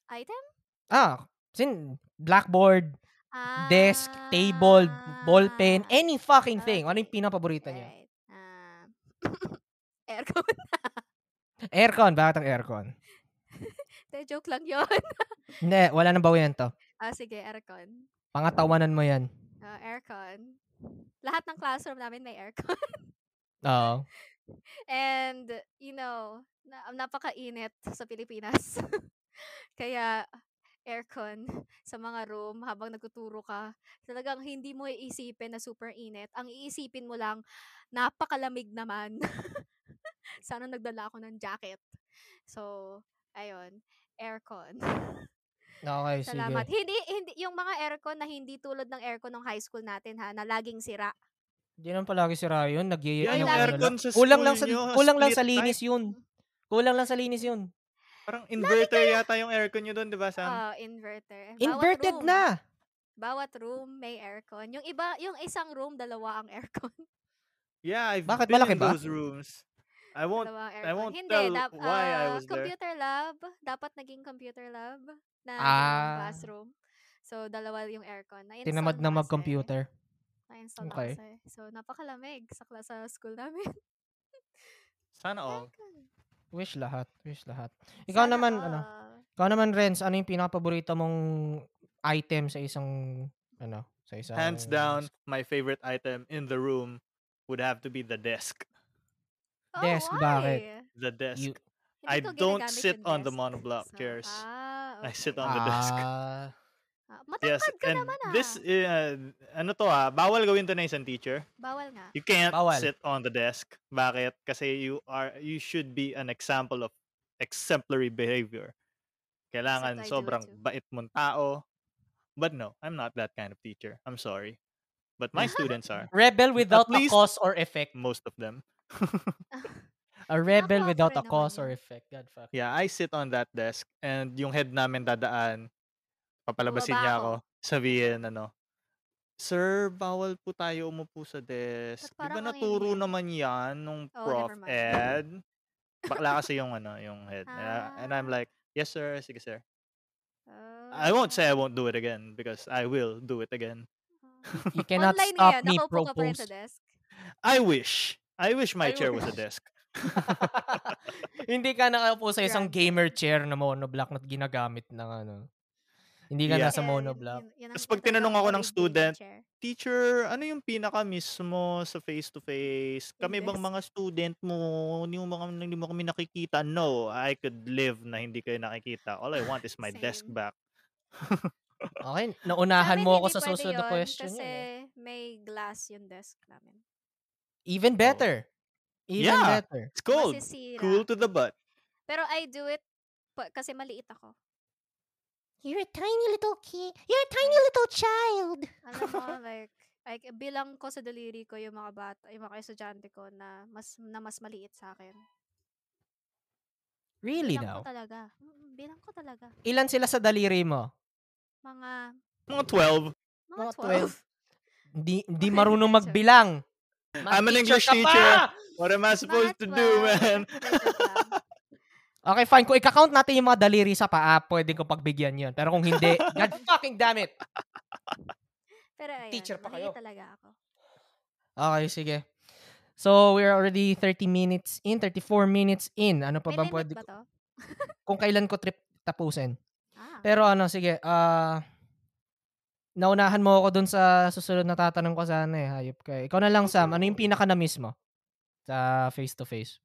C: Item?
A: Ah, sin blackboard, desk, table, ballpen,
C: Ah.
A: any fucking thing. Ano yung
C: okay.
A: pinapaborito niyo?
C: Alright. Ah. aircon.
A: Aircon, bakit ang aircon?
C: Te, joke lang yon.
A: Hindi, wala nang bawian to.
C: Ah, sige, aircon.
A: Pangatawanan mo yan.
C: Ah, aircon. Lahat ng classroom namin may aircon.
A: Oo.
C: And, you know, na- um, napakainit sa Pilipinas. Kaya, aircon sa mga room habang nagtuturo ka. Talagang hindi mo iisipin na super init. Ang iisipin mo lang, napakalamig naman. Sana nagdala ako ng jacket. So, ayun, aircon.
A: Okay, Eh, sige.
C: Salamat. Hindi, hindi, yung mga aircon na hindi tulad ng aircon ng high school natin ha, na laging sira.
A: Hindi naman palagi si Ryan. Nag
D: Yan
C: Ay,
A: ano,
D: yung
A: ano
D: aircon
A: lang.
D: sa
A: Kulang
D: school
A: lang sa,
D: nyo,
A: kulang lang sa
D: split
A: linis yun. Kulang lang sa linis yun.
D: type. Parang inverter yata yung aircon nyo doon, di ba, Sam?
C: Ah, inverter. Bawat
A: Inverted
C: room-
A: na.
C: Bawat room may aircon. Yung iba, yung isang room, dalawa ang aircon.
D: yeah, I've
A: bakit?
D: been
A: Malaki
D: in
A: ba?
D: those rooms. I won't.
C: dalawa ang
D: I
C: aircon.
D: won't
C: hindi,
D: tell
C: dap-
D: why I
C: ah,
D: was there.
C: Computer lab. Dapat naging computer lab na
A: Ah.
C: ah. classroom. So, dalawa yung aircon. Na-install
A: Tinamad na
C: kasi.
A: mag-computer.
C: Na-install na
A: Okay.
C: kasi. So, napakalamig sa, kla- sa school namin.
D: Sana all.
C: Aircon.
A: Wish lahat. Wish lahat. Ikaw
C: Sana
A: naman, ano?
C: all.
A: Ikaw naman, Renz, ano yung pinakapaborito mong item sa isang, ano, sa isang...
D: Hands down, my favorite item in the room would have to be the desk.
C: Oh,
A: Desk, bakit?
C: why?
D: The desk.
A: You-
C: Hindi
D: I
C: ko
D: don't
C: ginagamit
D: sit
C: yung
D: on the
C: desk.
D: monoblock
C: So,
D: chairs.
C: Ah,
D: I sit
C: okay.
D: on the desk.
A: Ah,
C: Ah,
D: Yes,
C: matangkad ka
D: and
C: naman ah.
D: this uh, ano to ah, bawal gawin to na isang teacher.
C: Bawal nga.
D: You can't
A: Bawal.
D: sit on the desk. Bakit? Kasi you are you should be an example of exemplary behavior. Kailangan
C: I do it
D: sobrang
C: too.
D: bait mong tao. But no, I'm not that kind of teacher. I'm sorry. But my students are
A: rebel without a
D: least-
A: cause or effect.
D: most of them.
A: A rebel
C: Pinapa-offer
A: without a
C: naman
A: cause
C: yun.
A: or effect. God fuck.
D: Yeah, I sit on that desk and yung head namin dadaan,
C: Bumaba
D: papalabasin niya
C: ako.
D: ako, sabihin ano, Sir, bawal po tayo umupo sa desk. Di ba
C: parang ang
D: naturo
C: ingay.
D: naman yan nung
C: Oh,
D: Prof
C: never mind.
D: Ed? Bakla kasi yung ano, yung head. And I- And I'm
C: Ah.
D: like, yes
C: Ah.
D: sir, sige sir. I won't say I won't do it again because I will do it again.
C: Oh.
A: You cannot
C: Online
A: stop
C: ngayon,
A: me
C: nakaupo ka pa rin
A: propose.
C: sa desk.
D: I wish. I wish my
A: I
D: chair was a
A: wish.
D: desk.
A: Hindi ka nakaupo sa isang
C: Grabe.
A: gamer chair na monoblock na ginagamit ng ano. Hindi ka
D: Yeah.
A: nasa
C: Yan,
A: monoblock.
C: yun- yun ang
D: Tapos pag
C: tinatawag
D: tinanong
C: na
D: ako ng
C: original
D: student,
C: chair.
D: Teacher, ano yung pinaka mismo sa face to face? Kami bang
C: desk.
D: mga student mo, yung mga hindi mo kami nakikita? No, I could live na hindi kayo nakikita. All I want is my desk
C: Same.
D: back.
A: Okay, naunahan
C: Sa amin,
A: mo ako
C: hindi
A: sa
C: pwede
A: susunod na
C: yun
A: question.
C: Kasi
A: yun eh.
C: may glass yung desk namin.
A: Even better. Even
D: Oh. Yeah.
A: better.
D: It's cold.
C: Masisira.
D: Cool to the butt.
C: Pero I do it pa- kasi maliit ako.
E: You're a tiny little kid. You're a tiny little child.
C: Alam mo, like, like, bilang ko sa daliri ko yung mga bata, yung mga estudyante ko na mas na mas maliit sa akin.
A: Really now?
C: Bilang ko talaga. Mm, Bilang ko talaga.
A: Ilan sila sa daliri mo?
C: Mga
D: Mga 12.
C: mga
A: Mga
C: 12.
A: Di, di
C: Mga
A: marunong
C: teacher.
A: magbilang.
D: I'm an English
A: ka
D: teacher.
A: pa!
D: What am I supposed
C: Mga
D: to do,
C: 12,
D: man?
C: calculated lang.
A: Okay, fine. Kung i-count natin yung mga daliri sa paa, pwede ko pagbigyan yun. Pero kung hindi, God fucking damn it.
C: Pero ayun,
A: Teacher pa kayo.
C: maliit talaga ako.
A: Okay, sige. So, we're already 30 minutes in, 34 minutes in. Ano pa bang
C: May limit
A: pwede
C: ba to?
A: Kung kailan ko trip tapusin.
C: Ah,
A: Pero ano, sige. ah naunahan mo ako dun sa susunod na tatanong ko sana eh. Hayop ka. eh. Ikaw na lang, Sam. Ano yung pinaka na mo? Sa face-to-face.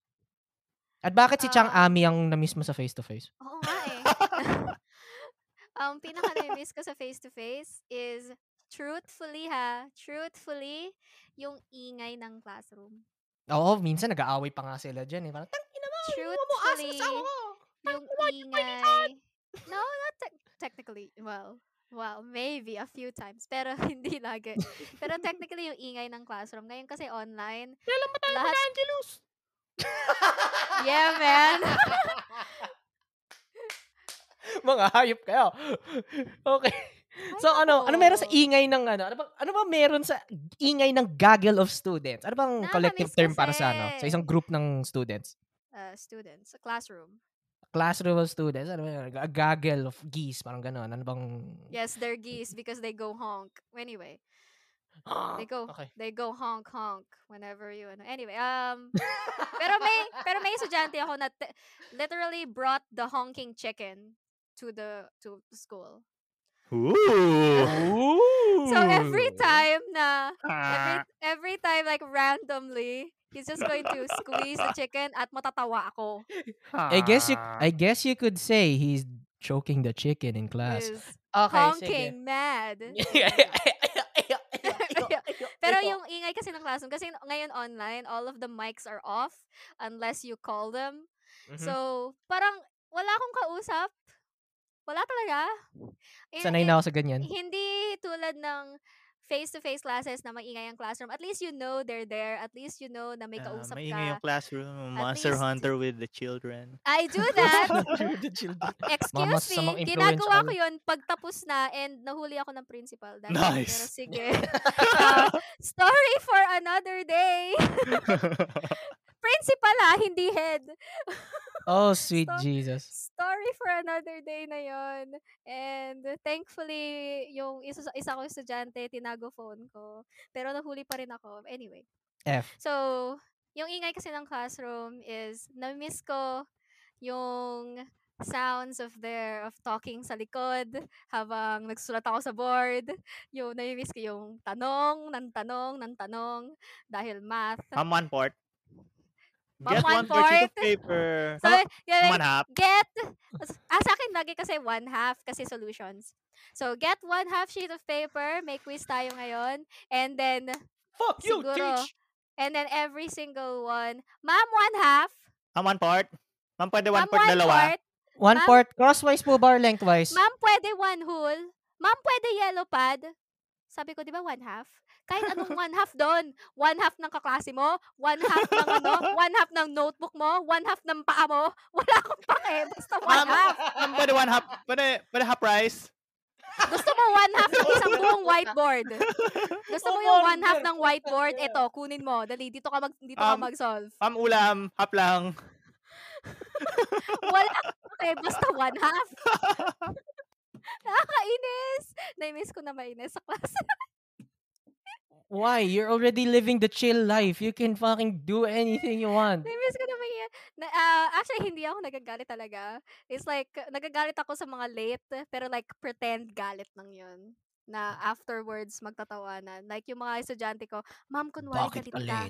A: At bakit si Chang
C: Ah.
A: Ami ang na-miss mo sa face-to-face?
C: oo nga eh. Ang pinaka miss ko sa face-to-face is truthfully ha, truthfully, yung ingay ng classroom.
A: Oo, minsan nag-aaway pa nga sila dyan eh. Parang, tang ina mo,
C: Truthfully,
A: mo asa sa asawa ko.
C: yung ingay. No, not tec- technically. Well, well, maybe a few times. Pero hindi lagi. pero technically, yung ingay ng classroom. Ngayon kasi online. Kailan ba tayo lahat... Angelus? yeah, man.
A: Mga hayop kayo. okay. So ano, ano meron sa ingay ng ano? Ano ba, ano ba meron sa ingay ng gaggle of students? Ano bang collective
C: Nakakamiss
A: term para sa ano? Sa
C: kasi.
A: isang group ng students?
C: Uh, students, classroom.
A: Classroom of students, ano ba yun? A gaggle of geese, parang gano'n. Ano bang...
C: Yes, they're geese because they go honk. Anyway, they go
A: Okay.
C: they go honk honk whenever you ano. Anyway, um pero may pero may estudyante ako na te- literally brought the honking chicken to the to school.
D: Ooh.
C: So every time na
D: Ah.
C: every, every time like randomly, he's just going to squeeze the chicken at matatawa ako.
A: I guess you I guess you could say he's choking the chicken in class.
C: Is
A: Okay,
C: honking mad. Pero yung ingay kasi ng classroom kasi ngayon online, all of the mics are off unless you call them.
A: Mm-hmm.
C: So, parang wala akong kausap. Wala talaga. In-
A: Sanay
C: in-
A: na ako sa ganyan.
C: Hindi tulad ng face-to-face classes na maingay ang classroom. At least you know they're there. At least you know na may
D: Ah,
C: kausap
D: maingay
C: ka.
D: yung classroom.
C: At
D: Monster
C: least-
D: Hunter with the children.
C: I do that.
A: Mamas-
C: Excuse
A: samang
C: me.
A: influence
C: Ginagawa
A: all.
C: ko yun pagtapos na and nahuli ako ng principal. That's it. Pero
D: Nice.
C: sige. Uh, story for another day. Principal ha, hindi head.
A: Oh, sweet
C: So,
A: Jesus.
C: story for another day na yon. And thankfully, yung isa, isa ko estudyante, tinago phone ko. Pero nahuli pa rin ako. Anyway.
A: F.
C: So, yung ingay kasi ng classroom is, na-miss ko yung sounds of their of talking sa likod habang nagsulat ako sa board yung na-miss ko yung tanong ng tanong ng tanong dahil math
D: Come on, part.
C: Come
D: Get
C: on,
D: one per sheet
C: part.
D: of paper.
C: so yeah,
D: Come on, hap.
C: get ah, sa akin lagi kasi one half kasi solutions. So get one half sheet of paper, may quiz tayo ngayon, and then
A: Fuck you,
C: Siguro.
A: teach!
C: and then every single one, ma'am one half,
D: Come on, part. Ma'am, pwede one
C: ma'am
D: part, dalawa.
C: part,
A: One
C: Ma'am-
A: part, crosswise po ba or lengthwise?
C: ma'am pwede one whole, ma'am pwede yellow pad. Sabi ko, di ba one half? Kahit anong one half doon. One half ng kaklase mo, one half ng ano, one half ng notebook mo, one half ng paa mo. Wala akong pake. Basta one
D: Ma'am,
C: half.
D: ma'am, pwede one half. Pwede, pwede half rice.
C: Gusto mo one half ng isang buong whiteboard. Gusto mo yung one half ng whiteboard, eto, kunin mo. Dali, dito ka mag dito ka
D: Um,
C: mag-solve.
D: Ma'am, ulam. Half lang.
C: Wala okay, basta one half. Nakakainis. Na-miss ko na mainis sa class.
A: Why? You're already living the chill life. You can fucking do anything you want.
C: Na-miss ko na ba yan? Na, ah, actually, hindi ako nagagalit talaga. It's like, nagagalit ako sa mga late, pero like, pretend galit lang yun. Na afterwards, magtatawanan. Like, yung mga estudyante ko, Ma'am, kunwari galit ka.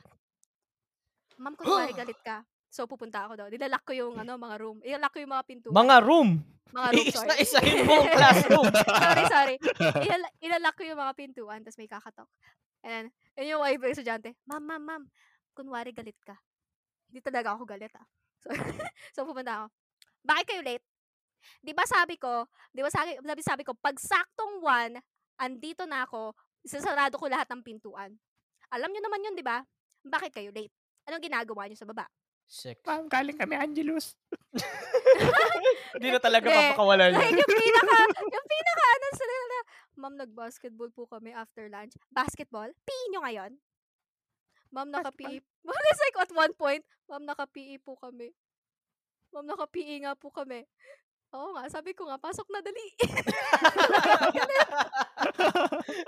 C: Ma'am, kunwari galit ka. So, pupunta ako daw. Nilalock ko yung ano, mga room. Ilalak ko yung mga pintuan.
A: Mga room!
C: mga room,
A: Iis na
C: sorry.
A: isa yung buong classroom.
C: sorry, sorry. Ilala- ilalak ko yung mga pintuan, tapos may kakatok. And then, yun yung wife ng estudyante, ma'am, ma'am, ma'am, kunwari galit ka. Hindi talaga ako galit, ah. So, so pupunta ako, bakit kayo late? Di ba sabi ko, di ba sabi, sabi, sabi ko, pag saktong one, andito na ako, sasarado ko lahat ng pintuan. Alam nyo naman yun, di ba? Bakit kayo late? Anong ginagawa nyo sa baba?
A: Sick.
D: Ma'am, galing kami, Angelus.
A: Hindi na talaga
C: Hindi.
A: papakawalan
C: Like,
A: yun.
C: yung pinaka, yung pinaka, ano sila na, ma'am, nag-basketball po kami after lunch. Basketball? PE nyo ngayon? Ma'am, naka-PE. Ma'am, it's like at one point, ma'am, naka-PE po kami. Ma'am, naka-PE nga po kami. Oo nga, sabi ko nga, pasok na dali.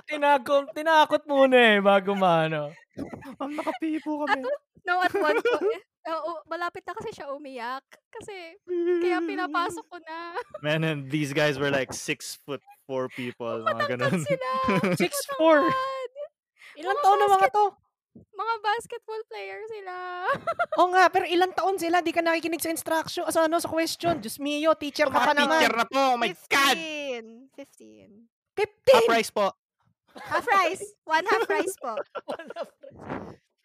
A: Tinakot, tinakot muna eh, bago maano.
D: Ma'am, nakapihi po
C: at,
D: kami.
C: no, at one point, oo, malapit na kasi siya umiyak. Kasi, kaya pinapasok ko na.
D: Man, and these guys were like six foot four people.
C: Matangkad
D: mga ganun.
C: sila.
A: 6'4".
C: Matangkad.
A: Ilang
C: Mga
A: taon na mga to?
C: Mga basketball player sila.
A: Oo nga, pero ilang taon sila, di ka nakikinig sa instruction, sa ano, sa question. Diyos mio, teacher ka pa naman.
D: teacher na po. Oh my God.
C: 15. 15.
A: 15!
D: Half price po.
C: Half rice. One half rice po.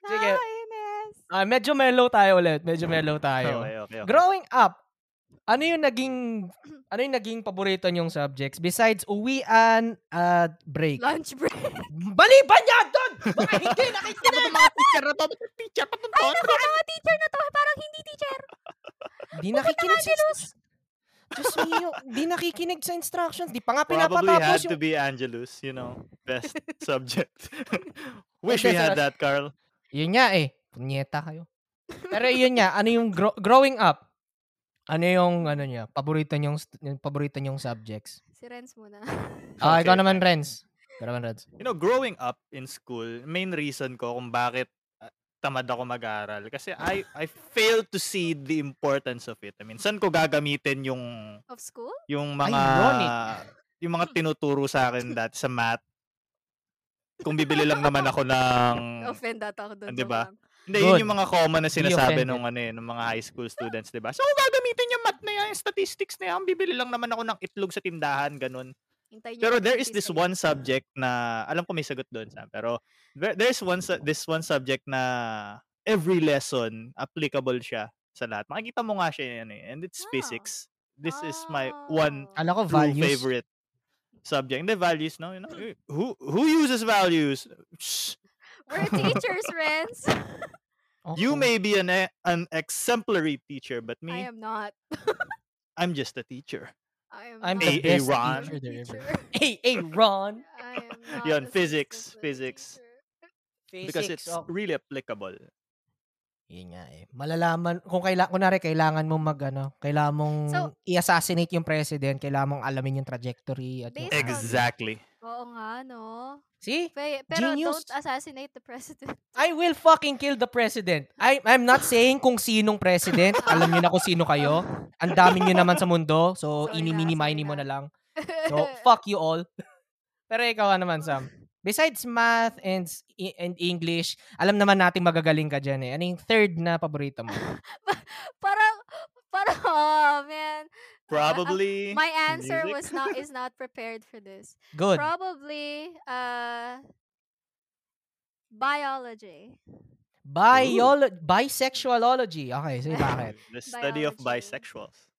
A: Sige.
C: Nakakainis.
A: Ah, medyo mellow tayo ulit. Medyo mellow tayo.
D: Okay, okay, okay.
A: Growing up, ano yung naging ano yung naging paborito niyong subjects besides uwian at break?
C: Lunch break.
A: Bali ba niya doon? Baka hindi nakikinig!
D: mga teacher na to? Teacher pa to?
C: Ay, naku, mga teacher na to. Parang hindi teacher.
A: Di nakikinig sa instructions. Diyos mio, di nakikinig sa instructions. Di pa nga
D: Probably had
A: pinapatapos
D: to
A: yung...
D: be Angelus, you know, best subject. Wish we
A: Okay,
D: had
A: Sarah.
D: that, Carl.
A: Yun nga eh. Punyeta kayo. Pero yun nga, ano yung gro- growing up? Ano yung ano niya? Paborito niyong st- yung paborito niyong subjects?
C: Si Renz muna.
A: Ah, ikaw
D: Okay,
A: naman,
D: fine.
A: Renz. Ikaw naman, Renz.
D: You know, growing up in school, main reason ko kung bakit ah, tamad ako mag-aral kasi I I failed to see the importance of it. I mean, saan ko gagamitin yung
C: Of school?
D: yung mga
A: ironic.
D: yung mga tinuturo sa akin dati sa math. Kung bibili lang naman ako ng
C: Offend ata ako doon.
D: Ah, diba?
C: joke lang.
D: Hindi, yun
A: Good.
D: yung mga common na sinasabi
A: offended.
D: nung ano eh, nung mga high school students, 'di ba? So, kung gagamitin niya math na yan, yung statistics na yan, bibili lang naman ako ng itlog sa tindahan, ganun.
C: Hintayin niyo
D: Pero
C: ako
D: there
C: ng
D: is this
C: pizza.
D: one subject na alam ko may sagot doon sa, pero there, there's one su- this one subject na every lesson applicable siya sa lahat. Makikita mo nga siya yan eh, and it's
C: Ah.
D: physics. This is my one
C: Ah.
A: Alam ko,
D: true
A: values.
D: favorite subject. Hindi, values, no? You know,
C: Hmm.
D: who who uses values? Shh.
C: Oh. We're teachers, Renz.
A: Okay.
D: You may be an e- an exemplary teacher, but
C: I
D: me,
C: am not.
D: I'm just a teacher.
C: I am
A: I'm
C: not.
A: the
D: A-
A: best
D: Aaron.
A: teacher there ever.
C: Teacher.
A: Hey, hey, Ron.
C: I am not
D: Yun,
C: a
D: physics,
C: successful
D: physics.
C: teacher.
D: Because it's
C: oh.
A: Okay.
D: really applicable.
A: Yun nga eh. Malalaman, kung kailangan, kunwari, kailangan mong mag, ano, kailangan mong
C: So-
A: i-assassinate yung president, kailangan mong alamin yung trajectory. At yung,
C: Based on-
D: Exactly.
C: Oo nga, no?
A: See?
C: Pe- Pero
A: Genius.
C: don't assassinate the president.
A: I will fucking kill the president. I, I'm not saying kung sinong president. Alam niyo na kung sino kayo. Ang dami niyo naman sa mundo. So,
C: Sorry na,
A: ini-mini-mini
C: sorry
A: mo
C: na.
A: na lang. So, fuck you all. Pero ikaw ano naman, Sam. Besides math and s- i- and English, alam naman natin magagaling ka dyan eh. Ano yung third na paborito mo?
C: parang, parang, oh, man.
D: Probably.
C: My answer
D: Eh,
C: was
D: music?
C: not is not prepared for this.
A: Good.
C: Probably uh biology.
A: Biolo- bisexualology. Okay, so bakit?
D: the study of
C: Biology.
D: bisexuals.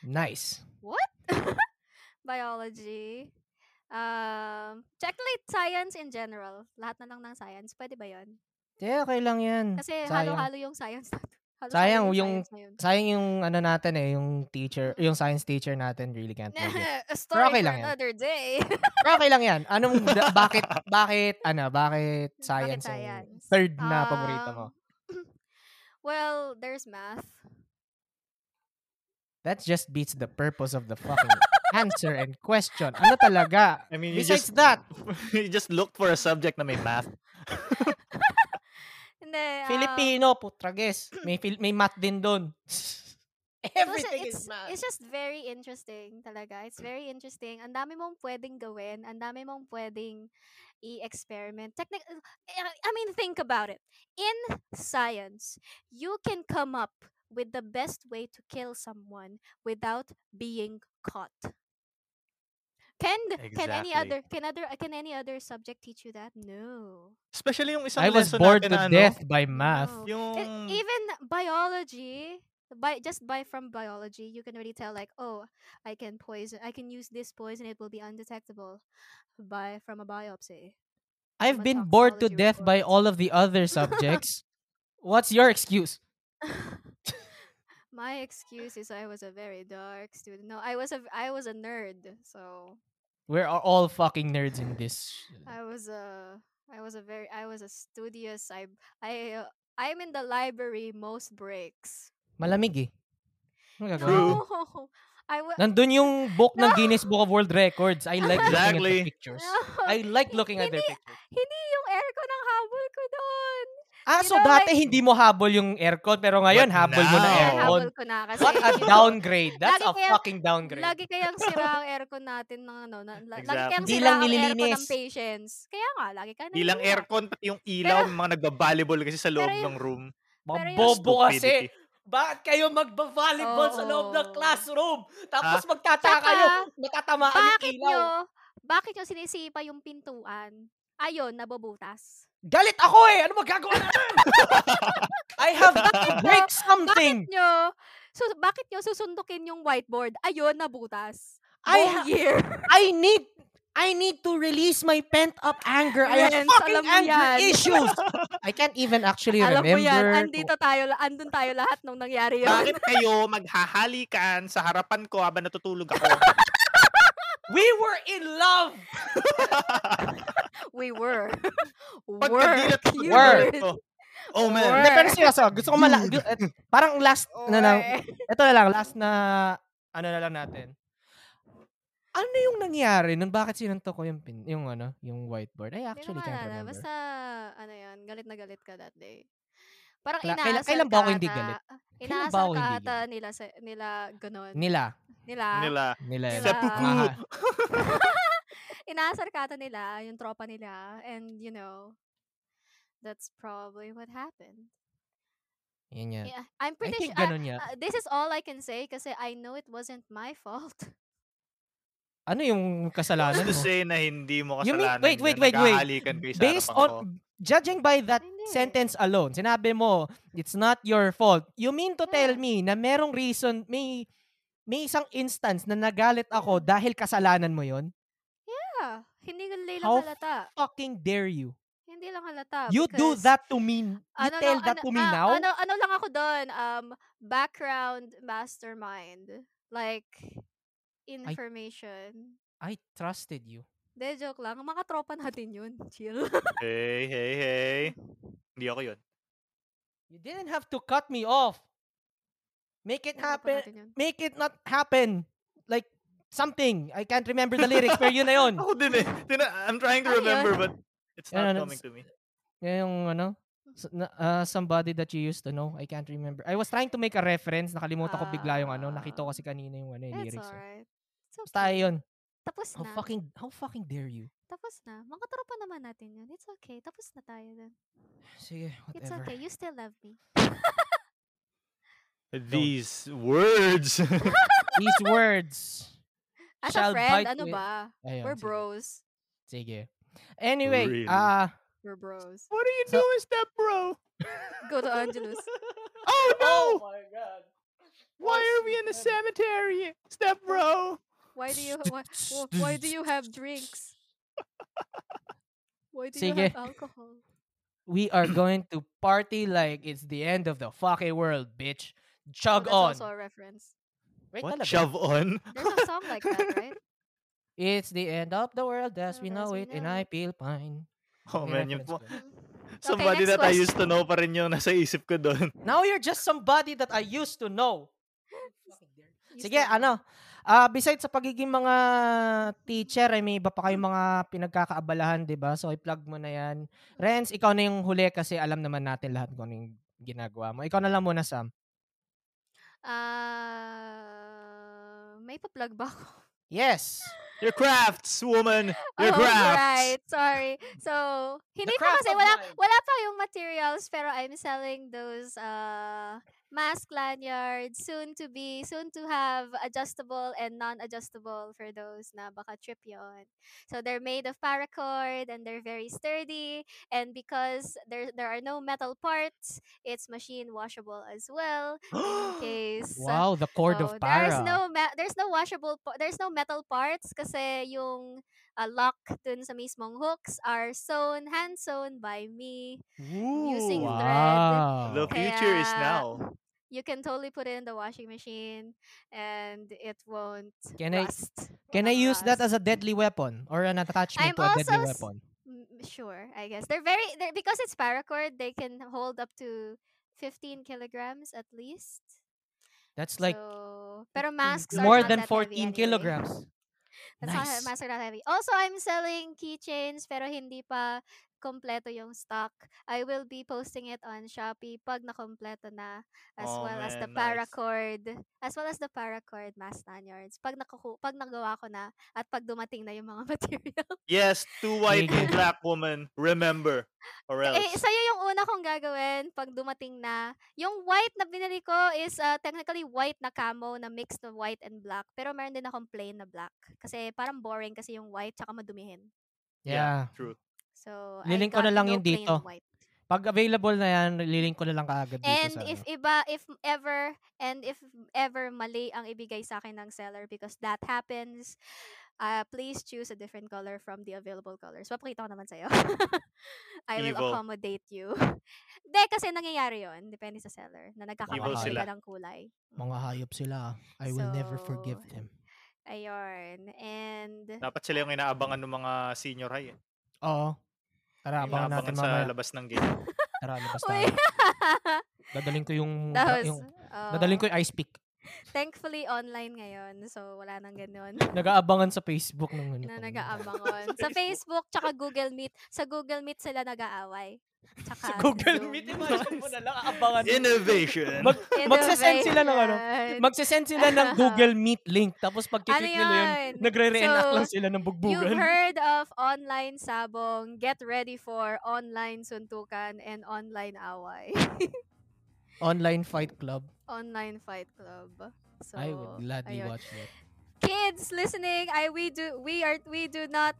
A: Nice.
C: biology. Um, chocolate science in general. Lahat na lang ng science. Pwede ba yon?
A: Yeah, okay lang yan.
C: Kasi
A: Sayang.
C: halo-halo yung science natin. Halo-halo
A: Sayang yung-
C: science ngayon.
A: Sayang yung ano natin eh, yung teacher, yung science teacher natin really can't make it.
C: A story
A: okay
C: for
A: lang yan.
C: another day.
A: Pero okay lang yan. Anong, da- bakit, bakit, ano, bakit
C: Bakit Ah.
A: science? ang Third na paborito mo.
C: Um, well, there's math.
A: That just beats the purpose of the fucking answer and question. Ano talaga?
D: I mean, you
A: Besides
D: just,
A: that,
D: you just looked for a subject na may math.
C: Hindi. um,
A: Filipino, putrages. May, fil- may math din doon.
C: it was-
A: Everything
C: it's,
A: is math.
C: It's just very interesting talaga. It's very interesting. Ang dami mong pwedeng gawin. Ang dami mong pwedeng i-experiment. Technic- eh, I mean, think about it. In science, you can come up with the best way to kill someone without being caught. Can can any
D: Exactly.
C: other can other can any other subject teach you that? No.
D: Especially yung isang
A: I was
D: lesson
A: bored to
D: natin na ano,
A: death by math.
C: No.
D: yung
C: E- even biology by just by from biology you can already tell like oh i can poison i can use this poison it will be undetectable by from a biopsy
A: I've
C: What
A: been bored to
C: toxicology
A: death by
C: report?
A: all of the other subjects. What's your excuse?
C: my excuse is i was a very dark student no i was a i was a nerd so
A: We're a- all fucking nerds in this.
C: i was a i was a very i was a studious i i uh, i'm in the library most breaks
A: Malamig eh. Ano gagawin ko?
C: no i was
A: Nandun yung book ng
C: No.
A: Guinness Book of World Records. I like looking
D: Exactly.
A: at the pictures. I like looking at their
C: hindi,
A: pictures.
C: hindi yung aircon ang habol ko doon
A: Ah,
C: you
A: so
C: know,
A: dati
C: like-
A: hindi mo habol yung aircon, pero ngayon
D: But
A: habol mo na
D: now-
C: Ngayon,
A: aircon.
C: habol ko na kasi.
A: What a
C: you know,
A: downgrade. That's
C: Lagi
A: a
C: kaya-
A: fucking downgrade.
C: Lagi kayang sira ang aircon natin ng ano. Na, la- Lagi kayang
A: Di
C: sira
A: lang
C: ang aircon ng
A: nililinis.
C: patience. Kaya nga, lagi ka na.
D: ilang aircon pati yung ilaw,
C: Pero-
D: may mga nagbabalibol kasi sa loob
C: pero yung-
D: ng room.
C: Pero yun-
A: Mabobo kasi. Bakit kayo magba-volleyball sa loob ng
C: Oo.
A: classroom? Tapos
D: Ah.
A: magtataka
C: Oh. Tsaka,
A: kayo. Matatamaan yung
C: Bakit
A: ilaw.
C: nyo, bakit nyo sinisipa yung pintuan? Ayun, nabubutas.
A: Galit ako eh. Ano magagawa natin? I have to break something.
C: Bakit nyo, so, bakit nyo susundukin yung whiteboard? Ayun, nabutas.
A: I
C: Buong
A: ha-
C: year.
A: I need I need to release my pent up anger. I have
C: Renz,
A: fucking
C: alam mo
A: anger
C: yan.
A: issues. I can't even actually
C: Alam mo
A: remember.
C: yan,
A: kung-
C: andito tayo, la- andun tayo lahat nung nangyari yun.
D: Bakit kayo maghahalikan sa harapan ko habang natutulog ako?
A: We were in love.
C: We were.
D: Pag
C: were.
D: hindi natutulog
C: You
A: Word.
C: were.
D: ko. Oh man.
A: Hindi, pero seryoso, gusto ko mala... gu- eh, parang last na Ano lang.
C: Were.
A: Ito na lang, last na... Ano na lang natin. Ano yung nangyari nun? Bakit sinuntok ko yung, pin, yung ano, yung whiteboard? I
C: Hindi
A: actually
C: naman
A: can't
C: alala.
A: remember.
C: Basta, ano yun, galit na galit ka that day. Parang
A: Kailan-
C: inaasar
A: kailan- kailan ba
C: ka
A: ako hindi
C: ata-
A: galit? Kailan ba
C: Inaasar
A: ako
C: ka
A: hindi
C: ata nila, sa, nila ganun.
A: Nila.
C: nila.
D: Nila.
A: Nila. yun.
C: Seppuku.
A: Aha.
C: Inaasar ka ata nila, yung tropa nila. And, you know, that's probably what happened.
A: Yun yan.
C: Yeah.
A: I
C: I'm pretty
A: think
C: sure. uh,
A: ganun yan.
C: this is all I can say kasi I know it wasn't my fault.
A: Ano yung kasalanan
D: Just to
A: mo?
D: say na hindi mo
A: You mean-
D: kasalanan.
A: wait,
D: yun,
A: wait, wait, wait.
D: naghahalikan kayo sa
A: Based
D: harapan ko.
A: on judging by that
C: Hindi.
A: sentence alone, sinabi mo it's not your fault. You mean to tell
C: Yeah.
A: me na merong reason may may isang instance na nagalit ako dahil kasalanan mo 'yon?
C: Yeah. Hindi lang
A: How
C: halata.
A: Fucking dare you.
C: Hindi lang halata.
A: You do
C: Ah, because-
A: that to me. You
C: ano
A: tell
C: lang-
A: that
C: ano-
A: to me
C: ah,
A: now?
C: Ano, ano lang ako doon, um, background mastermind. Like, information.
A: I trusted you.
C: De, joke lang. Mga tropa natin yun. Chill.
D: Hey, hey, hey. Hindi ako yun.
A: You didn't have to cut me off. Make it
C: Tropa
A: happen.
C: natin yun.
A: Make it not happen. Like something. I can't remember the lyrics pero yun na yun.
D: Ako din eh. Tina- I'm trying to
C: Ano
D: remember
C: yun?
D: but it's
A: Ano,
D: not
A: ano,
D: coming
A: s-
D: to me.
A: Yan yung ano, s- na- ah, somebody that you used to know. I can't remember. I was trying to make a reference. Nakalimutan ko bigla yung ano. Nakita ko kasi kanina yung ano, yung
C: It's
A: lyrics. eh.
C: Ah. alright. It's
A: Basta oh,
C: okay.
A: yun.
C: Tapos
A: How
C: na.
A: fucking, how fucking dare you?
C: Tapos na. Mga tropa naman natin yun. It's okay. Tapos na tayo dun.
A: Sige,
C: It's
A: whatever.
C: okay. You still love me.
D: These words.
A: These words.
C: As
A: Shall
C: a friend,
A: bite
C: ano
A: with-
C: ba?
A: Ayun,
C: We're
A: sige.
C: bros.
A: Sige. Anyway,
D: Really?
A: ah,
C: We're bros.
D: What are you
A: So-
D: doing, step bro?
C: Go to Angelus.
D: Oh no!
A: my god.
D: Why are we in the cemetery, step bro?
C: Why do you why, wh- why do you have drinks? Why do you
A: Sige.
C: have alcohol?
A: We are going to party like it's the end of the fucking world, bitch. Chug
C: Oh, that's
A: on.
C: also a reference.
A: Wait,
D: What?
A: talaga?
D: Shove on?
C: There's a song like that, right?
A: It's the end of the world as
C: World
A: we
C: as
A: know
C: we
A: it, and
C: know
A: I
C: it.
A: feel fine.
D: Oh
A: May
D: man, yung
A: reference ko
D: po.
A: yun.
D: Somebody
C: Mm-hmm. next
D: that I used to know pa rin yung nasa isip ko doon.
A: Now you're just somebody that I used to know.
C: You
A: Sige,
C: still-
A: ano? Ah, besides sa pagiging mga teacher, ay may iba pa
C: Mm.
A: kayong mga pinagkakaabalahan, 'di ba? So i-plug mo na 'yan. Renz, ikaw na yung huli kasi alam naman natin lahat kung ano yung ginagawa mo. Ikaw na lang muna, Sam.
C: Ah, Uh, may pa-plug ba ako?
A: Yes.
D: Your crafts, woman! Your
C: Oh,
D: crafts!
C: Right, sorry. So, hindi pa
A: craft
C: kasi
A: of
C: wala
A: life.
C: wala pa yung materials pero I'm selling those uh mask lanyards soon to be soon to have adjustable and non-adjustable for those na baka trip yon. So they're made of paracord and they're very sturdy and because there there are no metal parts, it's machine washable as well in case uh,
A: Wow, the cord of
C: So,
A: para.
C: There's no ma- there's no washable pa- there's no metal parts kasi yung uh, lock dun sa mismong hooks are sewn hand sewn by me. using
D: Ooh.
A: wow.
D: The future is
C: Kaya-
D: now.
C: You can totally put it in the washing machine and it won't
A: Can I-
C: rust.
A: Can I
C: Won't
A: use that as
C: rust.
A: a deadly weapon or an attachment
C: I'm
A: to a deadly
C: also s-
A: weapon?
C: Mm, sure, I guess. They're very they're, because it's paracord, they can hold up to 15 kilograms at least.
A: That's like
C: so, pero masks are
A: more
C: not
A: than
C: that
A: 14
C: heavy anyway.
A: kilograms.
C: That's
A: Nice.
C: nice. Master Heavy. Also, I'm selling keychains pero hindi pa kompleto yung stock. I will be posting it on Shopee pag nakompleto na as
D: Oh,
C: well as the
D: man, nice.
C: paracord as well as the paracord mass lanyards. Pag nakuku pag nagawa ko na at pag dumating na yung mga material.
D: Yes, two white
A: Sige.
D: and black woman, remember. Or else.
C: eh, sa'yo yung una kong gagawin pag dumating na. Yung white na binili ko is uh, technically white na camo na mix na white and black. Pero meron din akong plain na black. Kasi parang boring kasi yung white tsaka madumihin.
A: Yeah.
D: True.
C: So,
A: Lilink
C: I
A: ko na
C: got
A: lang
C: no
A: yun
C: plain
A: dito.
C: white.
A: Pag available na 'yan, lilink ko na lang kaagad dito
C: And
A: sa ano.
C: if iba, if ever, and if ever mali ang ibigay sa akin ng seller because that happens, uh, please choose a different color from the available colors. Papakita ko naman sa'yo. I will
D: Evil.
C: accommodate you. Hindi, kasi nangyayari yon Depende sa seller na nagkakaroon
A: sila.
C: sila ng kulay.
A: mga hayop sila. ah. I will never forgive
C: So,
A: them.
C: Ayun. And,
D: Dapat sila yung inaabangan ng mga senior high. Eh.
A: Oo. Tara, abangan
D: Inaabangan
A: natin
D: sa
A: mamaya.
D: labas ng gate.
A: Tara, labas
C: uy,
A: tayo. Dadaling ko yung,
C: that was,
A: yung
C: oo.
A: dadaling ko yung ice pick.
C: Thankfully, online ngayon. So, wala nang ganun.
A: Nag-aabangan sa Facebook ng ano.
C: na
A: pang-
C: nag-aabangon. sa Facebook, tsaka Google Meet. Sa Google Meet sila nag-aaway. Tsaka
A: Sa Google
C: Zoom.
A: Meet, imagine mo na lang aabangan.
D: Innovation!
A: Mag- magsasend sila ng ano.
C: Innovation.
A: Magsasend sila ng Google Meet link. Tapos pagkiklik
C: Ano
A: nila yun,
C: yun?
A: nagre-reenact
C: So,
A: lang sila ng
C: You've
A: bugbugan.
C: heard of online sabong. Get ready for online suntukan and online away.
A: Online Fight Club.
C: online fight club. So,
A: I would gladly
C: ayun.
A: watch that.
C: Kids listening, I we do we are we do not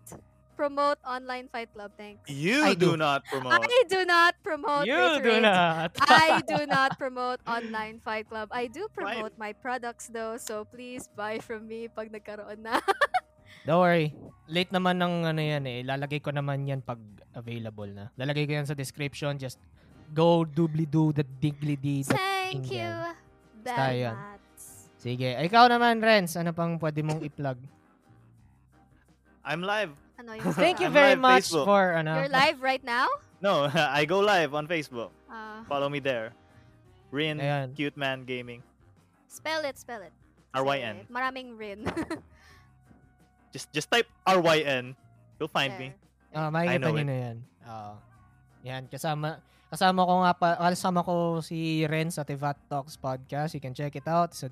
C: promote online fight club. Thanks.
D: You
A: I do.
D: do. not promote.
C: I do not promote.
A: You do
C: reiterate,
A: not.
C: Oh, I do not promote online Fight Club. I do promote my products though, so please buy from me pag nagkaroon na.
A: Don't worry. Late naman ng ano yan eh. Lalagay ko naman yan pag available na. Lalagay ko yan sa description. Just go doobly-doo that diggly-dee. that-
C: Thank you.
A: Tingnan. Basta
C: Very
A: yun.
C: much.
A: Sige. Ikaw naman, Renz. Ano pang pwede mong i-plug?
D: I'm live.
C: Ano yung
A: Thank you
D: I'm
C: sasabi?
A: very
D: live
A: much
D: Facebook.
A: for ano.
C: You're live right now?
D: No, I go live on Facebook.
C: Uh,
D: Follow me there. Rin,
A: Ayan.
D: cute man gaming.
C: spell it, spell it. Kasi
D: R-Y-N.
C: Maraming rin.
D: Just just type R-Y-N. You'll find me.
C: There.
A: Ah,
D: I
A: makikita
D: know
A: niyo
D: it.
A: na yan. Oo. yan, kasama kasama ko nga pa, kasama ko si Ren sa Tivat Talks podcast. You can check it out. It's a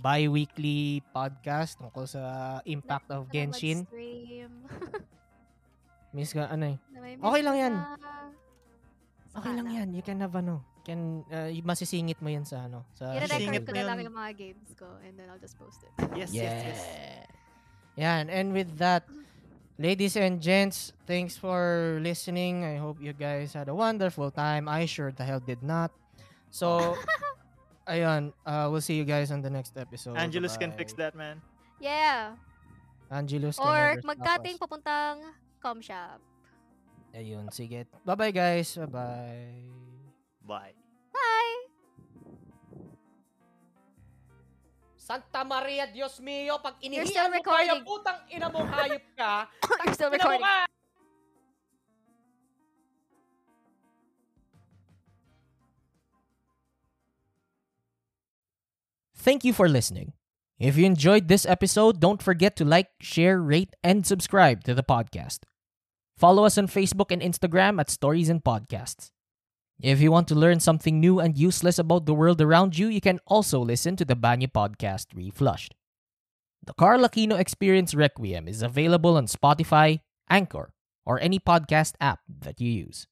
A: bi-weekly podcast tungkol sa impact of
C: Ano
A: Genshin.
C: mag-stream?
A: Miss ka, ano eh.
C: Namimiss
A: Okay lang
C: ko
A: yan.
C: na.
A: Okay lang
C: Sana.
A: yan. You can have ano. Can, uh, y- masisingit mo yan sa ano. Sa
C: I-record
D: Singit
C: ko
D: mo
C: na lang
D: yun.
C: yung mga games ko and then I'll just post it.
D: Yes, yes, yes.
A: Yan, and with that, ladies and gents, thanks for listening. I hope you guys had a wonderful time. I sure the hell did not. So, ayun, uh, we'll see you guys on the next episode.
D: Angelus can fix
A: Bye-bye.
D: that, man.
C: Yeah.
A: Angelus can
C: Or
A: never stop
C: magkating
A: us.
C: papuntang com shop.
A: Ayun, sige. Bye-bye guys. Bye-bye.
D: Bye.
C: Bye!
A: Santa Maria, Dios mio, pag
C: You're still inihiyan mo pa yung recording.
A: putang ina mong hayop ka,
C: You're still recording.
A: Thank you for listening. If you enjoyed this episode, don't forget to like, share, rate, and subscribe to the podcast. Follow us on Facebook and Instagram at Stories and Podcasts. If you want to learn something new and useless about the world around you, you can also listen to the Banya podcast Reflushed. The Carl Aquino Experience Requiem is available on Spotify, Anchor, or any podcast app that you use.